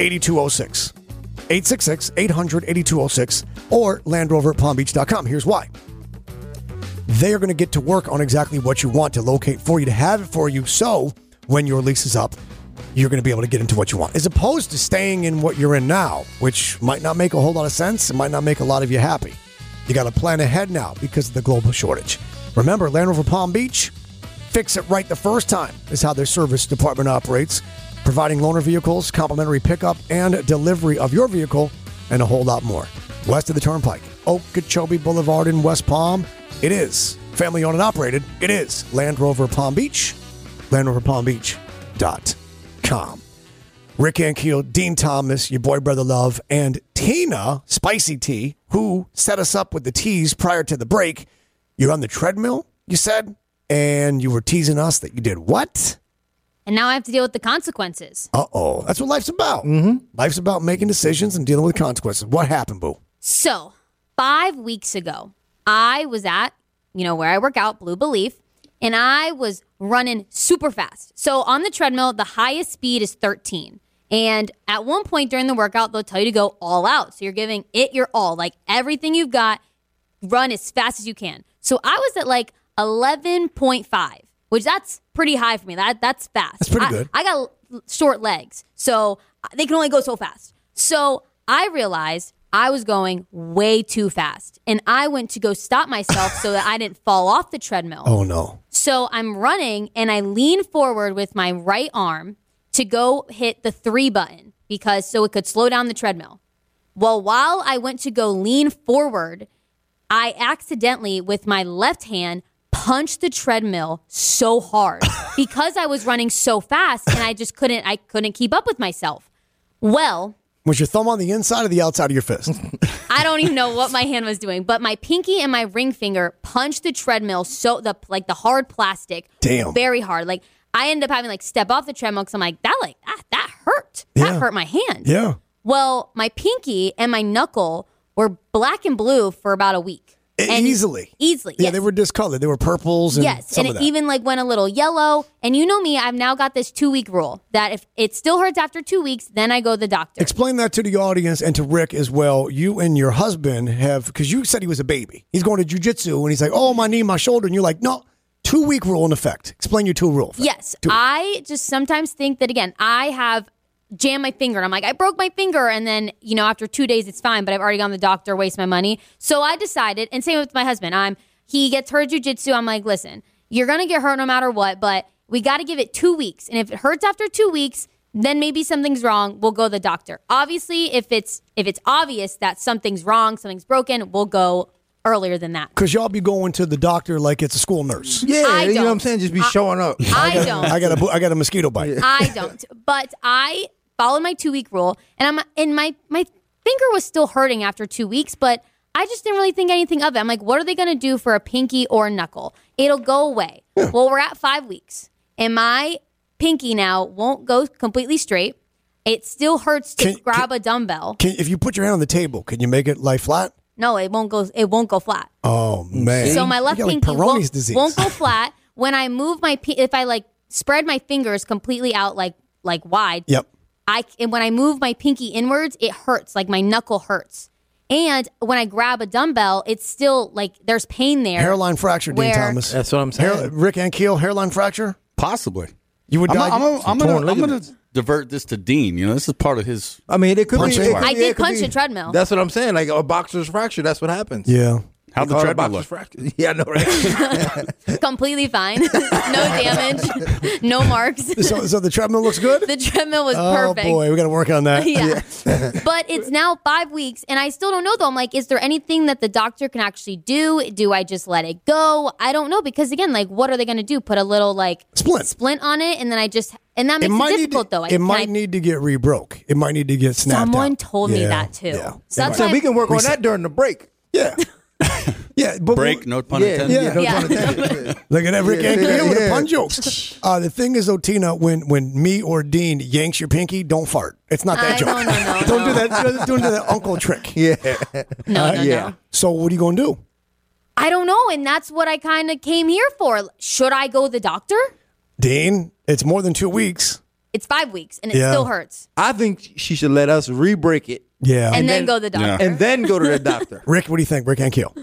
Speaker 4: 8206. 866 800 8206 or landroverpalmbeach.com. Here's why they are going to get to work on exactly what you want to locate for you to have it for you. So when your lease is up, you're going to be able to get into what you want, as opposed to staying in what you're in now, which might not make a whole lot of sense. It might not make a lot of you happy. You got to plan ahead now because of the global shortage. Remember, Land Rover Palm Beach, fix it right the first time is how their service department operates, providing loaner vehicles, complimentary pickup, and delivery of your vehicle, and a whole lot more. West of the Turnpike, Okeechobee Boulevard in West Palm, it is family owned and operated. It is Land Rover Palm Beach, landroverpalmbeach.com. Rick Ankeel, Dean Thomas, your boy brother Love, and Tina Spicy Tea, who set us up with the teas prior to the break. You're on the treadmill, you said? and you were teasing us that you did what?
Speaker 5: And now I have to deal with the consequences.
Speaker 4: Uh oh. That's what life's about. Mm-hmm. Life's about making decisions and dealing with consequences. What happened, Boo?
Speaker 5: So, five weeks ago, I was at, you know, where I work out, Blue Belief, and I was running super fast. So, on the treadmill, the highest speed is 13. And at one point during the workout, they'll tell you to go all out. So, you're giving it your all, like everything you've got, run as fast as you can. So, I was at like 11.5, which that's pretty high for me. That That's fast.
Speaker 4: That's pretty
Speaker 5: I-
Speaker 4: good.
Speaker 5: I got l- short legs, so uh, they can only go so fast. So I realized I was going way too fast, and I went to go stop myself so that I didn't fall off the treadmill.
Speaker 4: Oh no.
Speaker 5: So I'm running, and I lean forward with my right arm to go hit the three button because so it could slow down the treadmill. Well, while I went to go lean forward, I accidentally, with my left hand, punched the treadmill so hard because I was running so fast and I just couldn't I couldn't keep up with myself. Well,
Speaker 4: Was your thumb on the inside or the outside of your fist?
Speaker 5: I don't even know what my hand was doing, but my pinky and my ring finger punched the treadmill so the like the hard plastic
Speaker 4: Damn.
Speaker 5: very hard. Like I ended up having like step off the treadmill cuz I'm like that like ah, that hurt. That
Speaker 4: Yeah.
Speaker 5: hurt my hand.
Speaker 4: yeah.
Speaker 5: Well, my pinky and my knuckle were black and blue for about a week.
Speaker 4: E-
Speaker 5: And-
Speaker 4: easily.
Speaker 5: Easily.
Speaker 4: Yeah,
Speaker 5: yes.
Speaker 4: they were discolored. They were purples and
Speaker 5: Yes,
Speaker 4: some
Speaker 5: and
Speaker 4: of
Speaker 5: it
Speaker 4: that.
Speaker 5: even like went a little yellow. And you know me, I've now got this two week rule that if it still hurts after two weeks, then I go to the doctor.
Speaker 4: Explain that to the audience and to Rick as well. You and your husband have, because you said he was a baby. He's going to jujitsu and he's like, oh, my knee, my shoulder. And you're like, no, two week rule in effect. Explain your two rule. effect.
Speaker 5: Yes, I just sometimes think that again. I have jammed my finger, and I'm like, I broke my finger, and then you know after two days it's fine, but I've already gone to the doctor, waste my money. So I decided, and same with my husband. I'm he gets hurt at jujitsu. I'm like, listen, you're gonna get hurt no matter what, but we got to give it two weeks, and if it hurts after two weeks. Then maybe something's wrong. We'll go to the doctor. Obviously, if it's if it's obvious that something's wrong, something's broken, we'll go earlier than that.
Speaker 4: Because y'all be going to the doctor like it's a school nurse.
Speaker 6: Yeah,
Speaker 5: I
Speaker 6: you know what I'm
Speaker 5: don't.
Speaker 6: saying? Just be showing up.
Speaker 5: I don't.
Speaker 4: I got a, bo- I got a mosquito bite.
Speaker 5: I don't. But I followed my two week rule, and I'm and my my finger was still hurting after two weeks, but I just didn't really think anything of it. I'm like, what are they going to do for a pinky or a knuckle? It'll go away. Well, we're at five weeks, and my pinky now won't go completely straight. It still hurts to
Speaker 4: Can- can-
Speaker 5: grab a dumbbell.
Speaker 4: Can, if you put your hand on the table, can you make it lie flat?
Speaker 5: no, it won't go. It won't go flat.
Speaker 4: Oh man!
Speaker 5: So my
Speaker 4: You
Speaker 5: left
Speaker 4: got, like,
Speaker 5: pinky
Speaker 4: Peyronie's
Speaker 5: won't,
Speaker 4: disease.
Speaker 5: won't go flat. When I move my, pe- if I like spread my fingers completely out, like like wide,
Speaker 4: Yep.
Speaker 5: I and when I move my pinky inwards, it hurts. Like my knuckle hurts. And when I grab a dumbbell, it's still like there's pain there.
Speaker 4: Hairline fracture, Dean
Speaker 5: Where-
Speaker 4: Thomas.
Speaker 6: That's what I'm
Speaker 4: Hair,
Speaker 6: saying.
Speaker 4: Rick and Keel hairline fracture.
Speaker 7: Possibly.
Speaker 4: You would
Speaker 7: I'm,
Speaker 4: die.
Speaker 7: I'm, I'm,
Speaker 6: torn
Speaker 7: I'm gonna, I'm gonna
Speaker 6: ligaments.
Speaker 7: divert this to Dean. You know, this is part of his.
Speaker 6: I mean, it could
Speaker 4: Punch
Speaker 6: be.
Speaker 4: it
Speaker 6: It
Speaker 4: hard.
Speaker 6: could,
Speaker 5: I
Speaker 6: yeah,
Speaker 5: did
Speaker 6: it could
Speaker 5: punch
Speaker 6: be-
Speaker 5: a treadmill.
Speaker 6: That's what I'm saying. Like a boxer's fracture. That's what happens.
Speaker 4: yeah.
Speaker 7: How
Speaker 6: They
Speaker 7: the
Speaker 6: call it a
Speaker 7: treadmill
Speaker 6: boxer's
Speaker 7: look?
Speaker 6: fracture. Yeah, I know, right?
Speaker 5: completely fine. no damage, no marks.
Speaker 4: So, so the treadmill looks good.
Speaker 5: The treadmill was
Speaker 4: oh
Speaker 5: perfect.
Speaker 4: boy, we got to work on that.
Speaker 5: Yeah. but it's now five weeks, and I still don't know though. I'm like, is there anything that the doctor can actually do? Do I just let it go? I don't know because again, like, what are they going to do? Put a little like
Speaker 4: Splint.
Speaker 5: splint on it, and then I just and that
Speaker 4: It
Speaker 5: makes it,
Speaker 4: might need
Speaker 5: difficult
Speaker 4: to,
Speaker 5: though. I-
Speaker 4: It
Speaker 5: can
Speaker 4: might
Speaker 5: I-
Speaker 4: need to get rebroke. It might need to get snapped.
Speaker 5: Someone
Speaker 4: out.
Speaker 5: told me
Speaker 4: Yeah,
Speaker 5: that too.
Speaker 4: yeah.
Speaker 5: So that's
Speaker 6: so
Speaker 5: why
Speaker 6: we can work on that during the break.
Speaker 4: Yeah. yeah. But
Speaker 7: Break, no pun
Speaker 6: Yeah,
Speaker 7: intended.
Speaker 6: yeah, no
Speaker 5: Yeah.
Speaker 6: pun intended.
Speaker 4: Look at that Rick
Speaker 6: Yeah,
Speaker 4: and Keel
Speaker 6: yeah,
Speaker 4: with the
Speaker 6: yeah.
Speaker 4: pun jokes. Uh, the thing is, though, Tina, when when me or Dean yanks your pinky, don't fart. It's not that
Speaker 5: I-
Speaker 4: joke.
Speaker 5: no, no, no,
Speaker 4: don't
Speaker 5: no.
Speaker 4: do that. Don't do that uncle trick.
Speaker 6: Yeah.
Speaker 4: Uh,
Speaker 5: no, no,
Speaker 6: yeah.
Speaker 5: no.
Speaker 4: So what are you going to do?
Speaker 5: I don't know, and that's what I kind of came here for. Should I go to the doctor?
Speaker 4: Dean, it's more than two weeks.
Speaker 5: It's five weeks, and it
Speaker 4: Yeah.
Speaker 5: still hurts.
Speaker 6: I think she should let us re-break it
Speaker 4: Yeah.
Speaker 5: And, then,
Speaker 6: then-
Speaker 5: go to the doctor.
Speaker 6: and then go to the doctor.
Speaker 4: Rick, what do you think? Rick and Keel.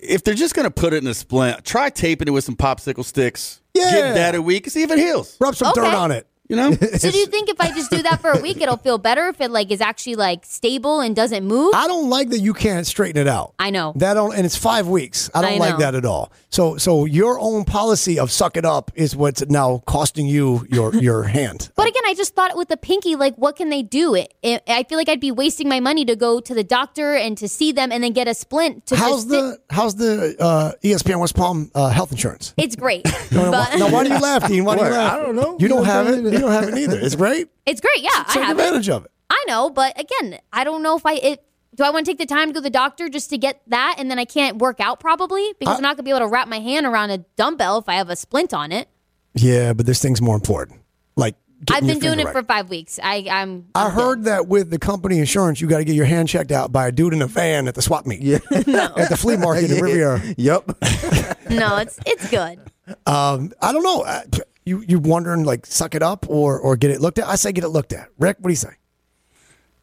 Speaker 7: If they're just gonna put it in a splint, try taping it with some popsicle sticks.
Speaker 4: Yeah.
Speaker 7: Give that a week. See if it heals.
Speaker 4: Rub some
Speaker 5: Okay.
Speaker 4: dirt on it.
Speaker 7: You know.
Speaker 5: So do you think if I just do that for a week, it'll feel better? If it like is actually like stable and doesn't move?
Speaker 4: I don't like that you can't straighten it out.
Speaker 5: I know.
Speaker 4: That don't, and it's five weeks. I don't
Speaker 5: I
Speaker 4: like
Speaker 5: know.
Speaker 4: that at all. So, so your own policy of suck it up is what's now costing you your your hand.
Speaker 5: But again, I just thought with the pinky, like, what can they do? It, it, I feel like I'd be wasting my money to go to the doctor and to see them and then get a splint. To
Speaker 4: How's
Speaker 5: just sit-
Speaker 4: the how's the uh, ESPN West Palm uh, health insurance?
Speaker 5: It's great,
Speaker 4: Now, why-
Speaker 5: but
Speaker 4: now, why do you laugh, Dean? Why do you
Speaker 6: What?
Speaker 4: laugh?
Speaker 6: I don't know.
Speaker 4: You don't
Speaker 6: You
Speaker 4: have it.
Speaker 6: don't-
Speaker 4: You don't have it either. It's great.
Speaker 5: it's great. Yeah, I
Speaker 4: Take
Speaker 5: have it.
Speaker 4: advantage of it.
Speaker 5: I know, but again, I don't know if I it do I want to take the time to go to the doctor just to get that, and then I can't work out probably because
Speaker 4: I-
Speaker 5: I'm not gonna be able to wrap my hand around a dumbbell if I have a splint on it.
Speaker 4: Yeah, but this thing's more important. Like
Speaker 5: I've
Speaker 4: getting your
Speaker 5: been doing
Speaker 4: finger
Speaker 5: it for
Speaker 4: right.
Speaker 5: five weeks. I, I'm.
Speaker 4: I
Speaker 5: I'm
Speaker 4: heard that with the company insurance, you got to get your hand checked out by a dude in a van at the swap meet, yeah. at the flea market in Riviera.
Speaker 6: Yep.
Speaker 5: good. No, it's it's good.
Speaker 4: I don't know. I- You you wondering like suck it up or or get it looked at? I say get it looked at. Rick, what do you say?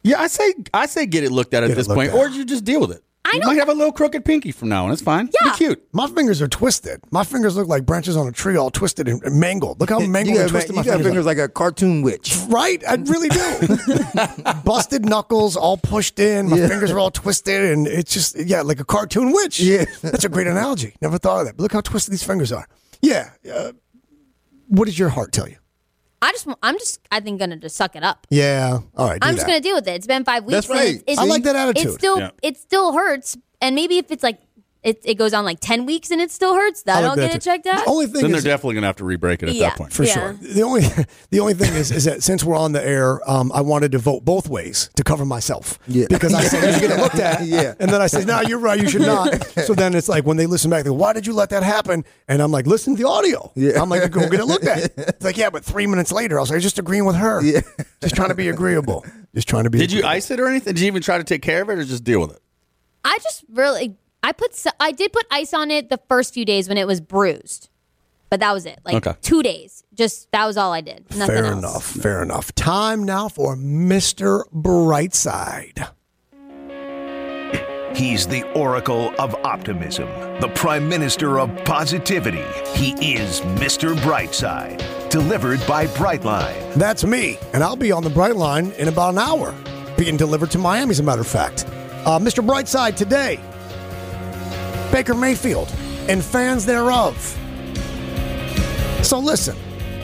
Speaker 7: Yeah, I say I say get it looked at
Speaker 4: Get
Speaker 7: at
Speaker 4: it
Speaker 7: this
Speaker 4: looked
Speaker 7: point,
Speaker 4: at.
Speaker 7: or you just deal with it.
Speaker 5: I
Speaker 7: you
Speaker 5: know-
Speaker 7: might have a little crooked pinky from now on. It's fine.
Speaker 5: Yeah.
Speaker 7: Be cute.
Speaker 4: My fingers are twisted. My fingers look like branches on a tree, all twisted and and mangled. Look how mangled
Speaker 6: you
Speaker 4: and
Speaker 6: got,
Speaker 4: twisted
Speaker 6: you
Speaker 4: my
Speaker 6: got
Speaker 4: fingers.
Speaker 6: fingers
Speaker 4: are.
Speaker 6: like a cartoon witch.
Speaker 4: Right, I really do. Busted knuckles, all pushed in. My fingers are all twisted, and it's just yeah, like a cartoon witch.
Speaker 6: Yeah.
Speaker 4: that's a great analogy. Never thought of that. But look how twisted these fingers are. Yeah. Uh, what does your heart tell you?
Speaker 5: I just I'm just I think gonna just suck it up.
Speaker 4: Yeah. All right. do
Speaker 5: I'm just
Speaker 4: that.
Speaker 5: gonna deal with it. It's been five weeks.
Speaker 6: That's
Speaker 5: and
Speaker 6: right.
Speaker 5: it's- it's-
Speaker 4: I like that attitude.
Speaker 5: It still
Speaker 7: Yeah.
Speaker 5: it still hurts, and maybe if it's like it, it goes on like ten weeks and it still hurts,
Speaker 4: I
Speaker 5: that
Speaker 4: like
Speaker 5: I'll
Speaker 4: that
Speaker 5: get it
Speaker 4: too.
Speaker 5: checked out.
Speaker 4: The only thing
Speaker 7: Then they're
Speaker 4: is,
Speaker 7: definitely gonna have to re-break it at
Speaker 5: Yeah.
Speaker 7: that point.
Speaker 4: for
Speaker 5: Yeah.
Speaker 4: sure. The only the only thing is is that since we're on the air, um, I wanted to vote both ways to cover myself.
Speaker 6: Yeah.
Speaker 4: Because I said you should get it looked at.
Speaker 6: Yeah.
Speaker 4: And then I said, No, you're right, you should not. So then it's like when they listen back, they go, Why did you let that happen? And I'm like, listen to the audio.
Speaker 6: Yeah.
Speaker 4: I'm like, go get it looked at. It's like, yeah, but three minutes later, I was like, just agreeing with her. Yeah. Just trying to be agreeable. Just trying to be
Speaker 7: Did you
Speaker 4: agreeable.
Speaker 7: ice it or anything? Did you even try to take care of it or just deal with it?
Speaker 5: I just really I put so- I did put ice on it the first few days when it was bruised, but that was it. Like
Speaker 7: Okay.
Speaker 5: two days, just that was all I did. Nothing
Speaker 4: Fair
Speaker 5: else.
Speaker 4: enough. Fair enough. Time now for Mr. Brightside.
Speaker 3: He's the oracle of optimism, the prime minister of positivity. He is Mr. Brightside, delivered by Brightline.
Speaker 4: That's me, and I'll be on the Bright Line in about an hour, being delivered to Miami, as a matter of fact. Uh, Mr. Brightside today, Baker Mayfield and fans thereof. So listen,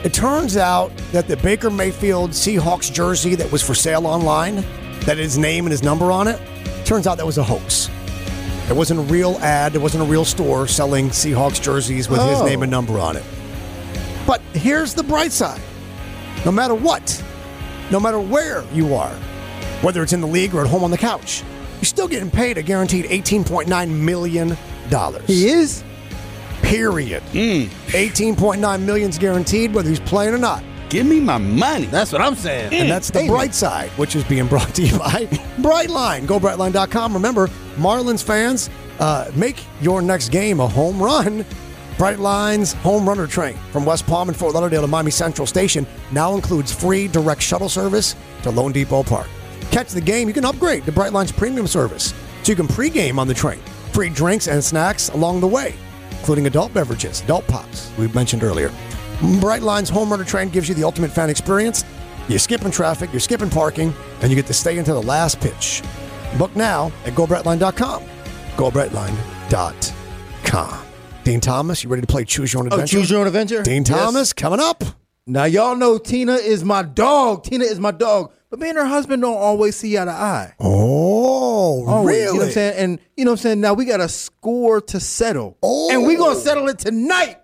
Speaker 4: it turns out that the Baker Mayfield Seahawks jersey that was for sale online, that had his name and his number on it, turns out that was a hoax. It wasn't a real ad. It wasn't a real store selling Seahawks jerseys with his
Speaker 6: Oh.
Speaker 4: name and number on it. But here's the bright side no matter what, no matter where you are, whether it's in the league or at home on the couch, you're still getting paid a guaranteed $18.9 million.
Speaker 6: He is.
Speaker 4: Period. $18.9 million's guaranteed, whether he's playing or not.
Speaker 7: Give me my money.
Speaker 6: That's what I'm saying.
Speaker 4: And that's the bright side, which is being brought to you by Brightline. Go brightline.com. Remember, Marlins fans, uh, make your next game a home run. Brightline's home runner train from West Palm and Fort Lauderdale to Miami Central Station now includes free direct shuttle service to Lone Depot Park. Catch the game, you can upgrade to Brightline's premium service so you can pregame on the train. Free drinks and snacks along the way including adult beverages, adult pops we mentioned earlier. Brightline's Home Runner Train gives you the ultimate fan experience. You're skipping traffic, you're skipping parking, and you get to stay until the last pitch. Book now at GoBrightline.com. GoBrightline.com. Dean Thomas, you ready to play Choose Your Own
Speaker 6: Oh,
Speaker 4: Adventure?
Speaker 6: choose your own adventure.
Speaker 4: Dean
Speaker 6: Yes.
Speaker 4: Thomas coming up.
Speaker 6: Now y'all know Tina is my dog. Tina is my dog. But me and her husband don't always see eye to eye.
Speaker 4: Oh,
Speaker 6: Always,
Speaker 4: really?
Speaker 6: You know what I'm saying? And you know what I'm saying? Now we got a score to settle.
Speaker 4: Oh.
Speaker 6: And we gonna settle it tonight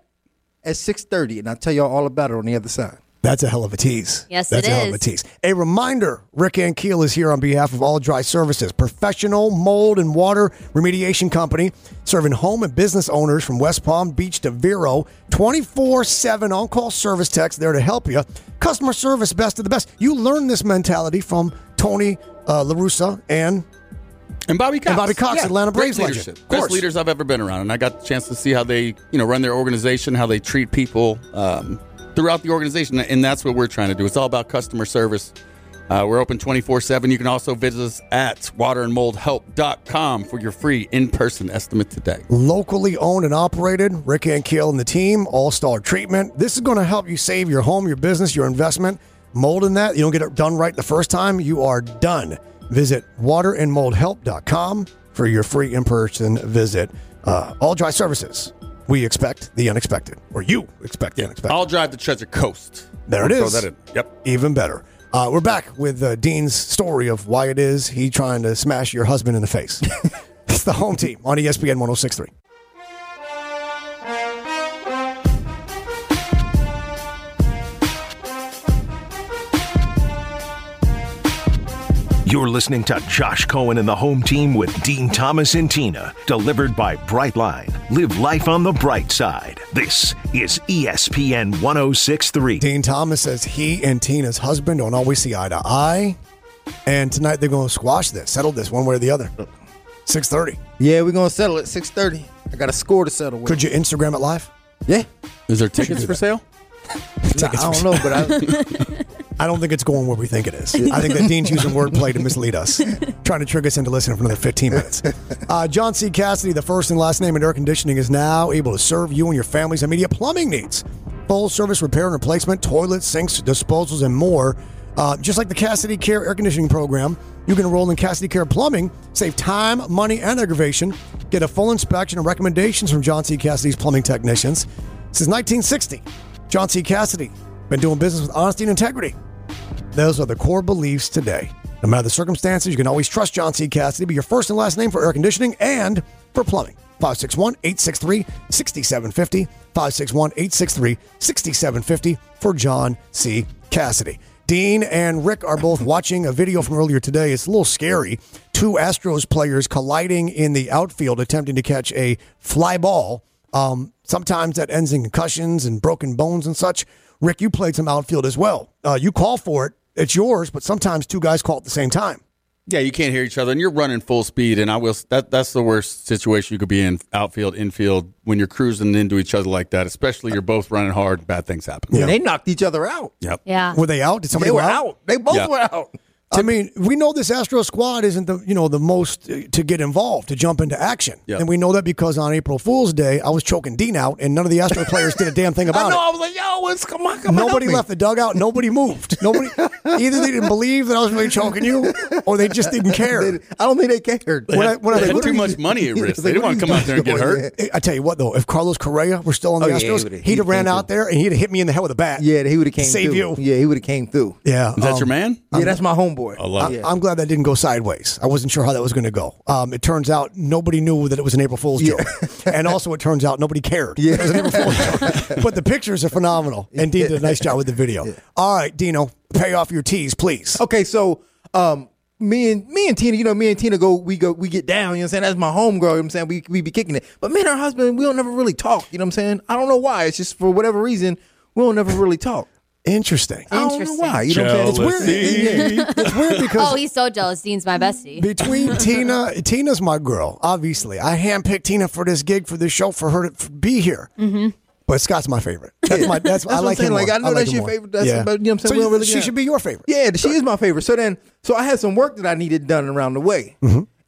Speaker 6: at 6:30. And I'll tell y'all all about it on the other side.
Speaker 4: That's a hell of a tease.
Speaker 5: Yes,
Speaker 4: That's
Speaker 5: it
Speaker 4: a hell of a
Speaker 5: is.
Speaker 4: tease. A reminder Rick and Keel is here on behalf of All Dry Services, professional mold and water remediation company serving home and business owners from West Palm Beach to Vero. 24 7 on call service techs there to help you. Customer service, best of the best. You learn this mentality from Tony uh, LaRussa and
Speaker 7: And Bobby Cox.
Speaker 4: Bobby Cox, Atlanta Braves
Speaker 7: Great
Speaker 4: legend.
Speaker 7: leadership.
Speaker 4: Of course.
Speaker 7: Best leaders I've ever been around. And I got the chance to see how they, you know, run their organization, how they treat people um, throughout the organization. And that's what we're trying to do. It's all about customer service. Uh, we're open 24 7. You can also visit us at waterandmoldhelp.com for your free in person estimate today.
Speaker 4: locally owned and operated. Rick and Keel and the team, all star treatment. This is going to help you save your home, your business, your investment. Mold in that, you don't get it done right the first time, you are done. Visit waterandmoldhelp.com for your free in person visit. Uh, all dry services. We expect the unexpected, or you expect the unexpected.
Speaker 7: I'll drive the Treasure Coast.
Speaker 4: There it
Speaker 7: Throw
Speaker 4: is.
Speaker 7: that in. Yep.
Speaker 4: Even better. Uh, we're back with uh, Dean's story of why it is he trying to smash your husband in the face. it's the home team on E ESPN 1063.
Speaker 3: You're listening to Josh Cohen and the home team with Dean Thomas and Tina, delivered by Brightline. Live life on the bright side. This is E ESPN 1063.
Speaker 4: Dean Thomas says he and Tina's husband don't always see eye to eye, and tonight they're going to squash this, settle this one way or the other.
Speaker 6: Uh.
Speaker 4: Six thirty.
Speaker 6: Yeah, we're gonna settle at six thirty. I got a score to settle with.
Speaker 4: Could you Instagram it live?
Speaker 6: yeah,
Speaker 7: Is there tickets for sale?
Speaker 4: Take it from-
Speaker 6: I don't know, but I,
Speaker 4: I don't think it's going where we think it is. I think that Dean's using wordplay to mislead us, trying to trick us into listening for another 15 minutes. Uh, John C. Cassidy, the first and last name in air conditioning, is now able to serve you and your family's immediate plumbing needs. Full service repair and replacement, toilets, sinks, disposals, and more. Uh, just like the Cassidy Care air conditioning program, you can enroll in Cassidy Care Plumbing, save time, money, and aggravation, get a full inspection and recommendations from John C. Cassidy's plumbing technicians. Since 1960, John C. Cassidy been doing business with honesty and integrity. Those are the core beliefs today. No matter the circumstances, you can always trust John C. Cassidy to be your first and last name for air conditioning and for plumbing. 561 863 6750. 561 863 6750 for John C. Cassidy. Dean and Rick are both watching a video from earlier today. It's a little scary. Two Astros players colliding in the outfield attempting to catch a fly ball. Um, sometimes that ends in concussions and broken bones and such. Rick, you played some outfield as well. Uh, you call for it, it's yours, but sometimes two guys call at the same time.
Speaker 7: Yeah, you can't hear each other, and you're running full speed. And I will. That that's the worst situation you could be in: outfield, infield, when you're cruising into each other like that. Especially you're both running hard. Bad things happen.
Speaker 6: they knocked each other out.
Speaker 7: Yep.
Speaker 5: Yeah.
Speaker 4: Were they out? Did somebody
Speaker 6: They were
Speaker 4: go out?
Speaker 6: out. They both
Speaker 7: Yeah.
Speaker 6: were out.
Speaker 4: I mean, we know this Astro squad isn't the you know the most uh, to get involved to jump into action,
Speaker 7: Yeah.
Speaker 4: and we know that because on April Fool's Day I was choking Dean out, and none of the Astro players did a damn thing
Speaker 6: I
Speaker 4: about
Speaker 6: know.
Speaker 4: it.
Speaker 6: I was like, yo, it's come on, come on.
Speaker 4: Nobody left the dugout. Nobody moved. Nobody. either they didn't believe that I was really choking you, or they just didn't care.
Speaker 6: I don't think they cared.
Speaker 4: When I- when I-
Speaker 7: They had
Speaker 4: what
Speaker 7: too
Speaker 4: are you-
Speaker 7: much money at risk.
Speaker 6: It's
Speaker 7: They didn't
Speaker 6: like,
Speaker 7: want to
Speaker 6: what
Speaker 7: come
Speaker 6: are
Speaker 7: out there and
Speaker 6: you
Speaker 7: get
Speaker 6: doing?
Speaker 7: hurt.
Speaker 4: I tell you what, though, if Carlos Correa were still on the
Speaker 6: Oh, yeah, he
Speaker 4: Astros,
Speaker 6: would've-
Speaker 4: he'd have
Speaker 6: he'd
Speaker 4: ran
Speaker 6: came
Speaker 4: out
Speaker 6: through.
Speaker 4: there and he'd have hit me in the head with a bat.
Speaker 6: Yeah, he would have came.
Speaker 4: Save you.
Speaker 6: through. Yeah, he would have came through.
Speaker 4: Yeah,
Speaker 7: Is that your
Speaker 4: um,
Speaker 7: man?
Speaker 6: Yeah, that's my homeboy. I
Speaker 7: love
Speaker 4: I- I'm glad that didn't go sideways. I wasn't sure how that was going to go. Um, it turns out nobody knew that it was an April Fool's joke, and also it turns out nobody cared. Yeah. It was an April Fool's joke. But the pictures are phenomenal, and Dean did a nice job with the video. All right, Dino, pay off your tees, please.
Speaker 6: Okay, so um me and me and Tina, you know, me and Tina go we go we get down, you know what I'm saying? That's my homegirl, you know what I'm saying? We we be kicking it. But me and her husband, we don't never really talk, you know what I'm saying? I don't know why. It's just for whatever reason, we don't never really talk.
Speaker 4: Interesting.
Speaker 6: I don't know
Speaker 5: Interesting.
Speaker 6: why. You know what I'm saying?
Speaker 4: Weird- it's weird because
Speaker 5: Oh, he's so jealous. Dean's my bestie.
Speaker 4: between Tina, Tina's my girl. Obviously, I handpicked Tina for this gig, for this show, for her to f- be here. Mm-hmm. But Scott's my favorite. That's my. That's, I
Speaker 6: what I'm
Speaker 4: like
Speaker 6: saying.
Speaker 4: him.
Speaker 6: Like,
Speaker 4: more.
Speaker 6: I know that's
Speaker 4: him
Speaker 6: your
Speaker 4: more.
Speaker 6: favorite. That's- but, you know what I'm saying?
Speaker 4: So
Speaker 6: We don't really
Speaker 4: she
Speaker 6: get-
Speaker 4: should be your favorite.
Speaker 6: Yeah, she is my favorite. So then, so I had some work that I needed done around the way.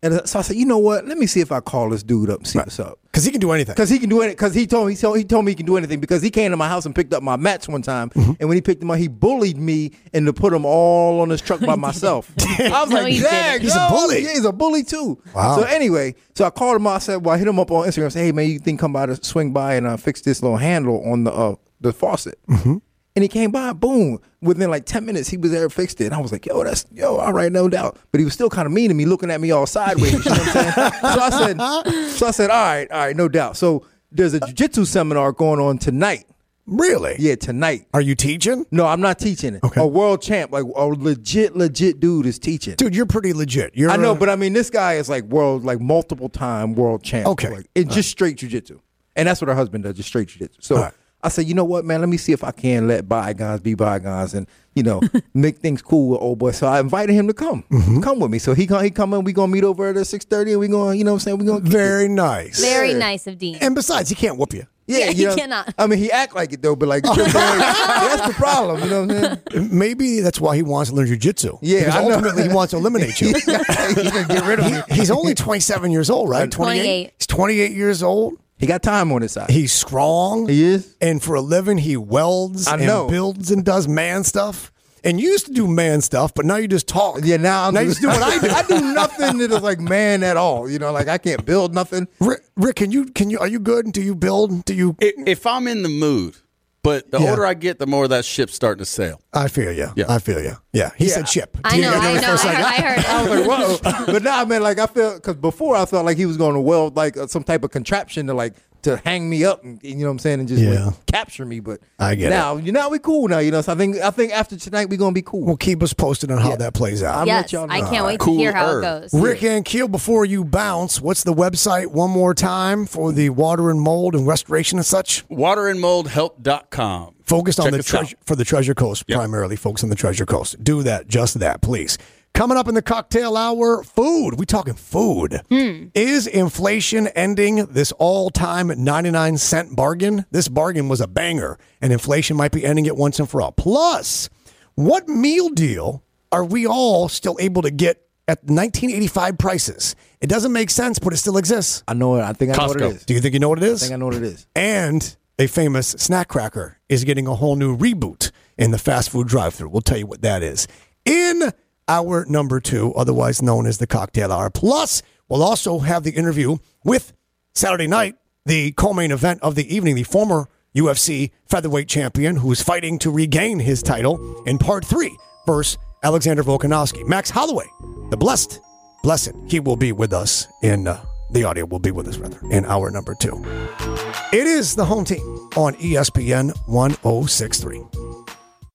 Speaker 6: And uh, so I said, you know what? Let me see if I call this dude up and see what's up.
Speaker 4: because he can do anything.
Speaker 6: Because he can do anything. Because he told me he told, he told me he can do anything. Because he came to my house and picked up my mats one time. And when he picked them up, he bullied me into put them all on his truck by myself. I was
Speaker 5: No,
Speaker 6: like,
Speaker 5: he
Speaker 6: Dang,
Speaker 5: didn't.
Speaker 4: He's a
Speaker 6: yo,
Speaker 4: bully.
Speaker 6: Yeah, he's a bully too.
Speaker 4: Wow.
Speaker 6: So anyway, so I called him. out. I said, well, I hit him up on Instagram. I said, hey man, you think come by to swing by and uh, fix this little handle on the uh, the faucet?
Speaker 4: Mm-hmm.
Speaker 6: And he came by, boom. Within like 10 minutes, he was there, fixed it. And I was like, yo, that's, yo, all right, no doubt. But he was still kind of mean to me, looking at me all sideways. You know what I'm saying? so I said, so I said, all right, all right, no doubt. So there's a jujitsu seminar going on tonight.
Speaker 4: Really?
Speaker 6: Yeah, tonight.
Speaker 4: Are you teaching?
Speaker 6: No, I'm not teaching it.
Speaker 4: Okay.
Speaker 6: A world champ, like a legit, legit dude is teaching.
Speaker 4: Dude, you're pretty legit. You're
Speaker 6: I know, but I mean, this guy is like world, like multiple time world champ.
Speaker 4: Okay.
Speaker 6: Like, it's just straight jujitsu. And that's what her husband does, just straight jujitsu. So
Speaker 4: Alright.
Speaker 6: I said, you know what, man, let me see if I can let bygones be bygones and, you know, make things cool with old boy. So I invited him to come. Come with me. So he come, he come in, we gonna meet over at six thirty and we gonna, you know what I'm saying? We gonna
Speaker 4: very nice.
Speaker 5: Very nice of Dean.
Speaker 4: And besides, he can't whoop you.
Speaker 6: Yeah,
Speaker 5: Yeah,
Speaker 6: you
Speaker 5: he
Speaker 6: know,
Speaker 5: cannot.
Speaker 6: I mean he act like it though, but like that's the problem, you know what I'm saying?
Speaker 4: Maybe that's why he wants to learn jujitsu.
Speaker 6: Yeah,
Speaker 4: because
Speaker 6: I know.
Speaker 4: ultimately he wants to eliminate you.
Speaker 6: He's gonna get rid of me.
Speaker 4: He's only 27 years old, right?
Speaker 5: 28.
Speaker 4: He's 28 years old.
Speaker 6: He got time on his side.
Speaker 4: He's strong.
Speaker 6: He is?
Speaker 4: And for a living, he welds
Speaker 6: I
Speaker 4: and
Speaker 6: know.
Speaker 4: builds and does man stuff. And you used to do man stuff, but now you just talk.
Speaker 6: Yeah, now I'm
Speaker 4: now you just do what I do.
Speaker 6: I do nothing that is like man at all. You know, like I can't build nothing.
Speaker 4: Rick, Rick, can you can you are you good? Do you build? Do you?
Speaker 7: I- If I'm in the mood, but the
Speaker 4: Yeah.
Speaker 7: older I get, the more that ship's starting to sail.
Speaker 4: I feel you.
Speaker 7: Yeah.
Speaker 4: I feel you. Yeah, he said chip.
Speaker 5: I know, I know. I heard, I heard it.
Speaker 6: I was like, whoa. but now, man, like I feel because before I felt like he was going to weld like uh, some type of contraption to like to hang me up, and, you know what I'm saying, and just
Speaker 4: Yeah.
Speaker 6: like, capture me. But
Speaker 4: I get it.
Speaker 6: now, you now we cool now, you know. So I think I think after tonight we're gonna be cool.
Speaker 4: Well, keep us posted on how that plays out.
Speaker 6: I'm-
Speaker 5: yes,
Speaker 6: let y'all
Speaker 5: I
Speaker 6: know.
Speaker 5: can't wait to hear how it goes.
Speaker 4: Rick and Keel, before you bounce, what's the website one more time for the water and mold and restoration and such?
Speaker 7: Waterandmoldhelp.com.
Speaker 4: Focused on
Speaker 7: Check
Speaker 4: the
Speaker 7: us out.
Speaker 4: treasure for the Treasure Coast primarily. Focus on the Treasure Coast. Do that, just that, please. Coming up in the cocktail hour, food. We talking food. Is inflation ending this all-time 99 cent bargain? This bargain was a banger, and inflation might be ending it once and for all. Plus, what meal deal are we all still able to get at 1985 prices? It doesn't make sense, but it still exists.
Speaker 6: I know it. I think I know what
Speaker 7: Costco.
Speaker 6: it is.
Speaker 4: Do you think you know what it is?
Speaker 6: I think I know what it is.
Speaker 4: And a famous snack cracker is getting a whole new reboot in the fast food drive thru. We'll tell you what that is in our number two, otherwise known as the cocktail hour. Plus, we'll also have the interview with Saturday night, the co main event of the evening, the former UFC featherweight champion who's fighting to regain his title in part three versus Alexander Volkanovski. Max Holloway, the blessed, blessed, he will be with us in uh, the audio, will be with us rather, in hour E oh number two. It is the home team on ESPN 1063.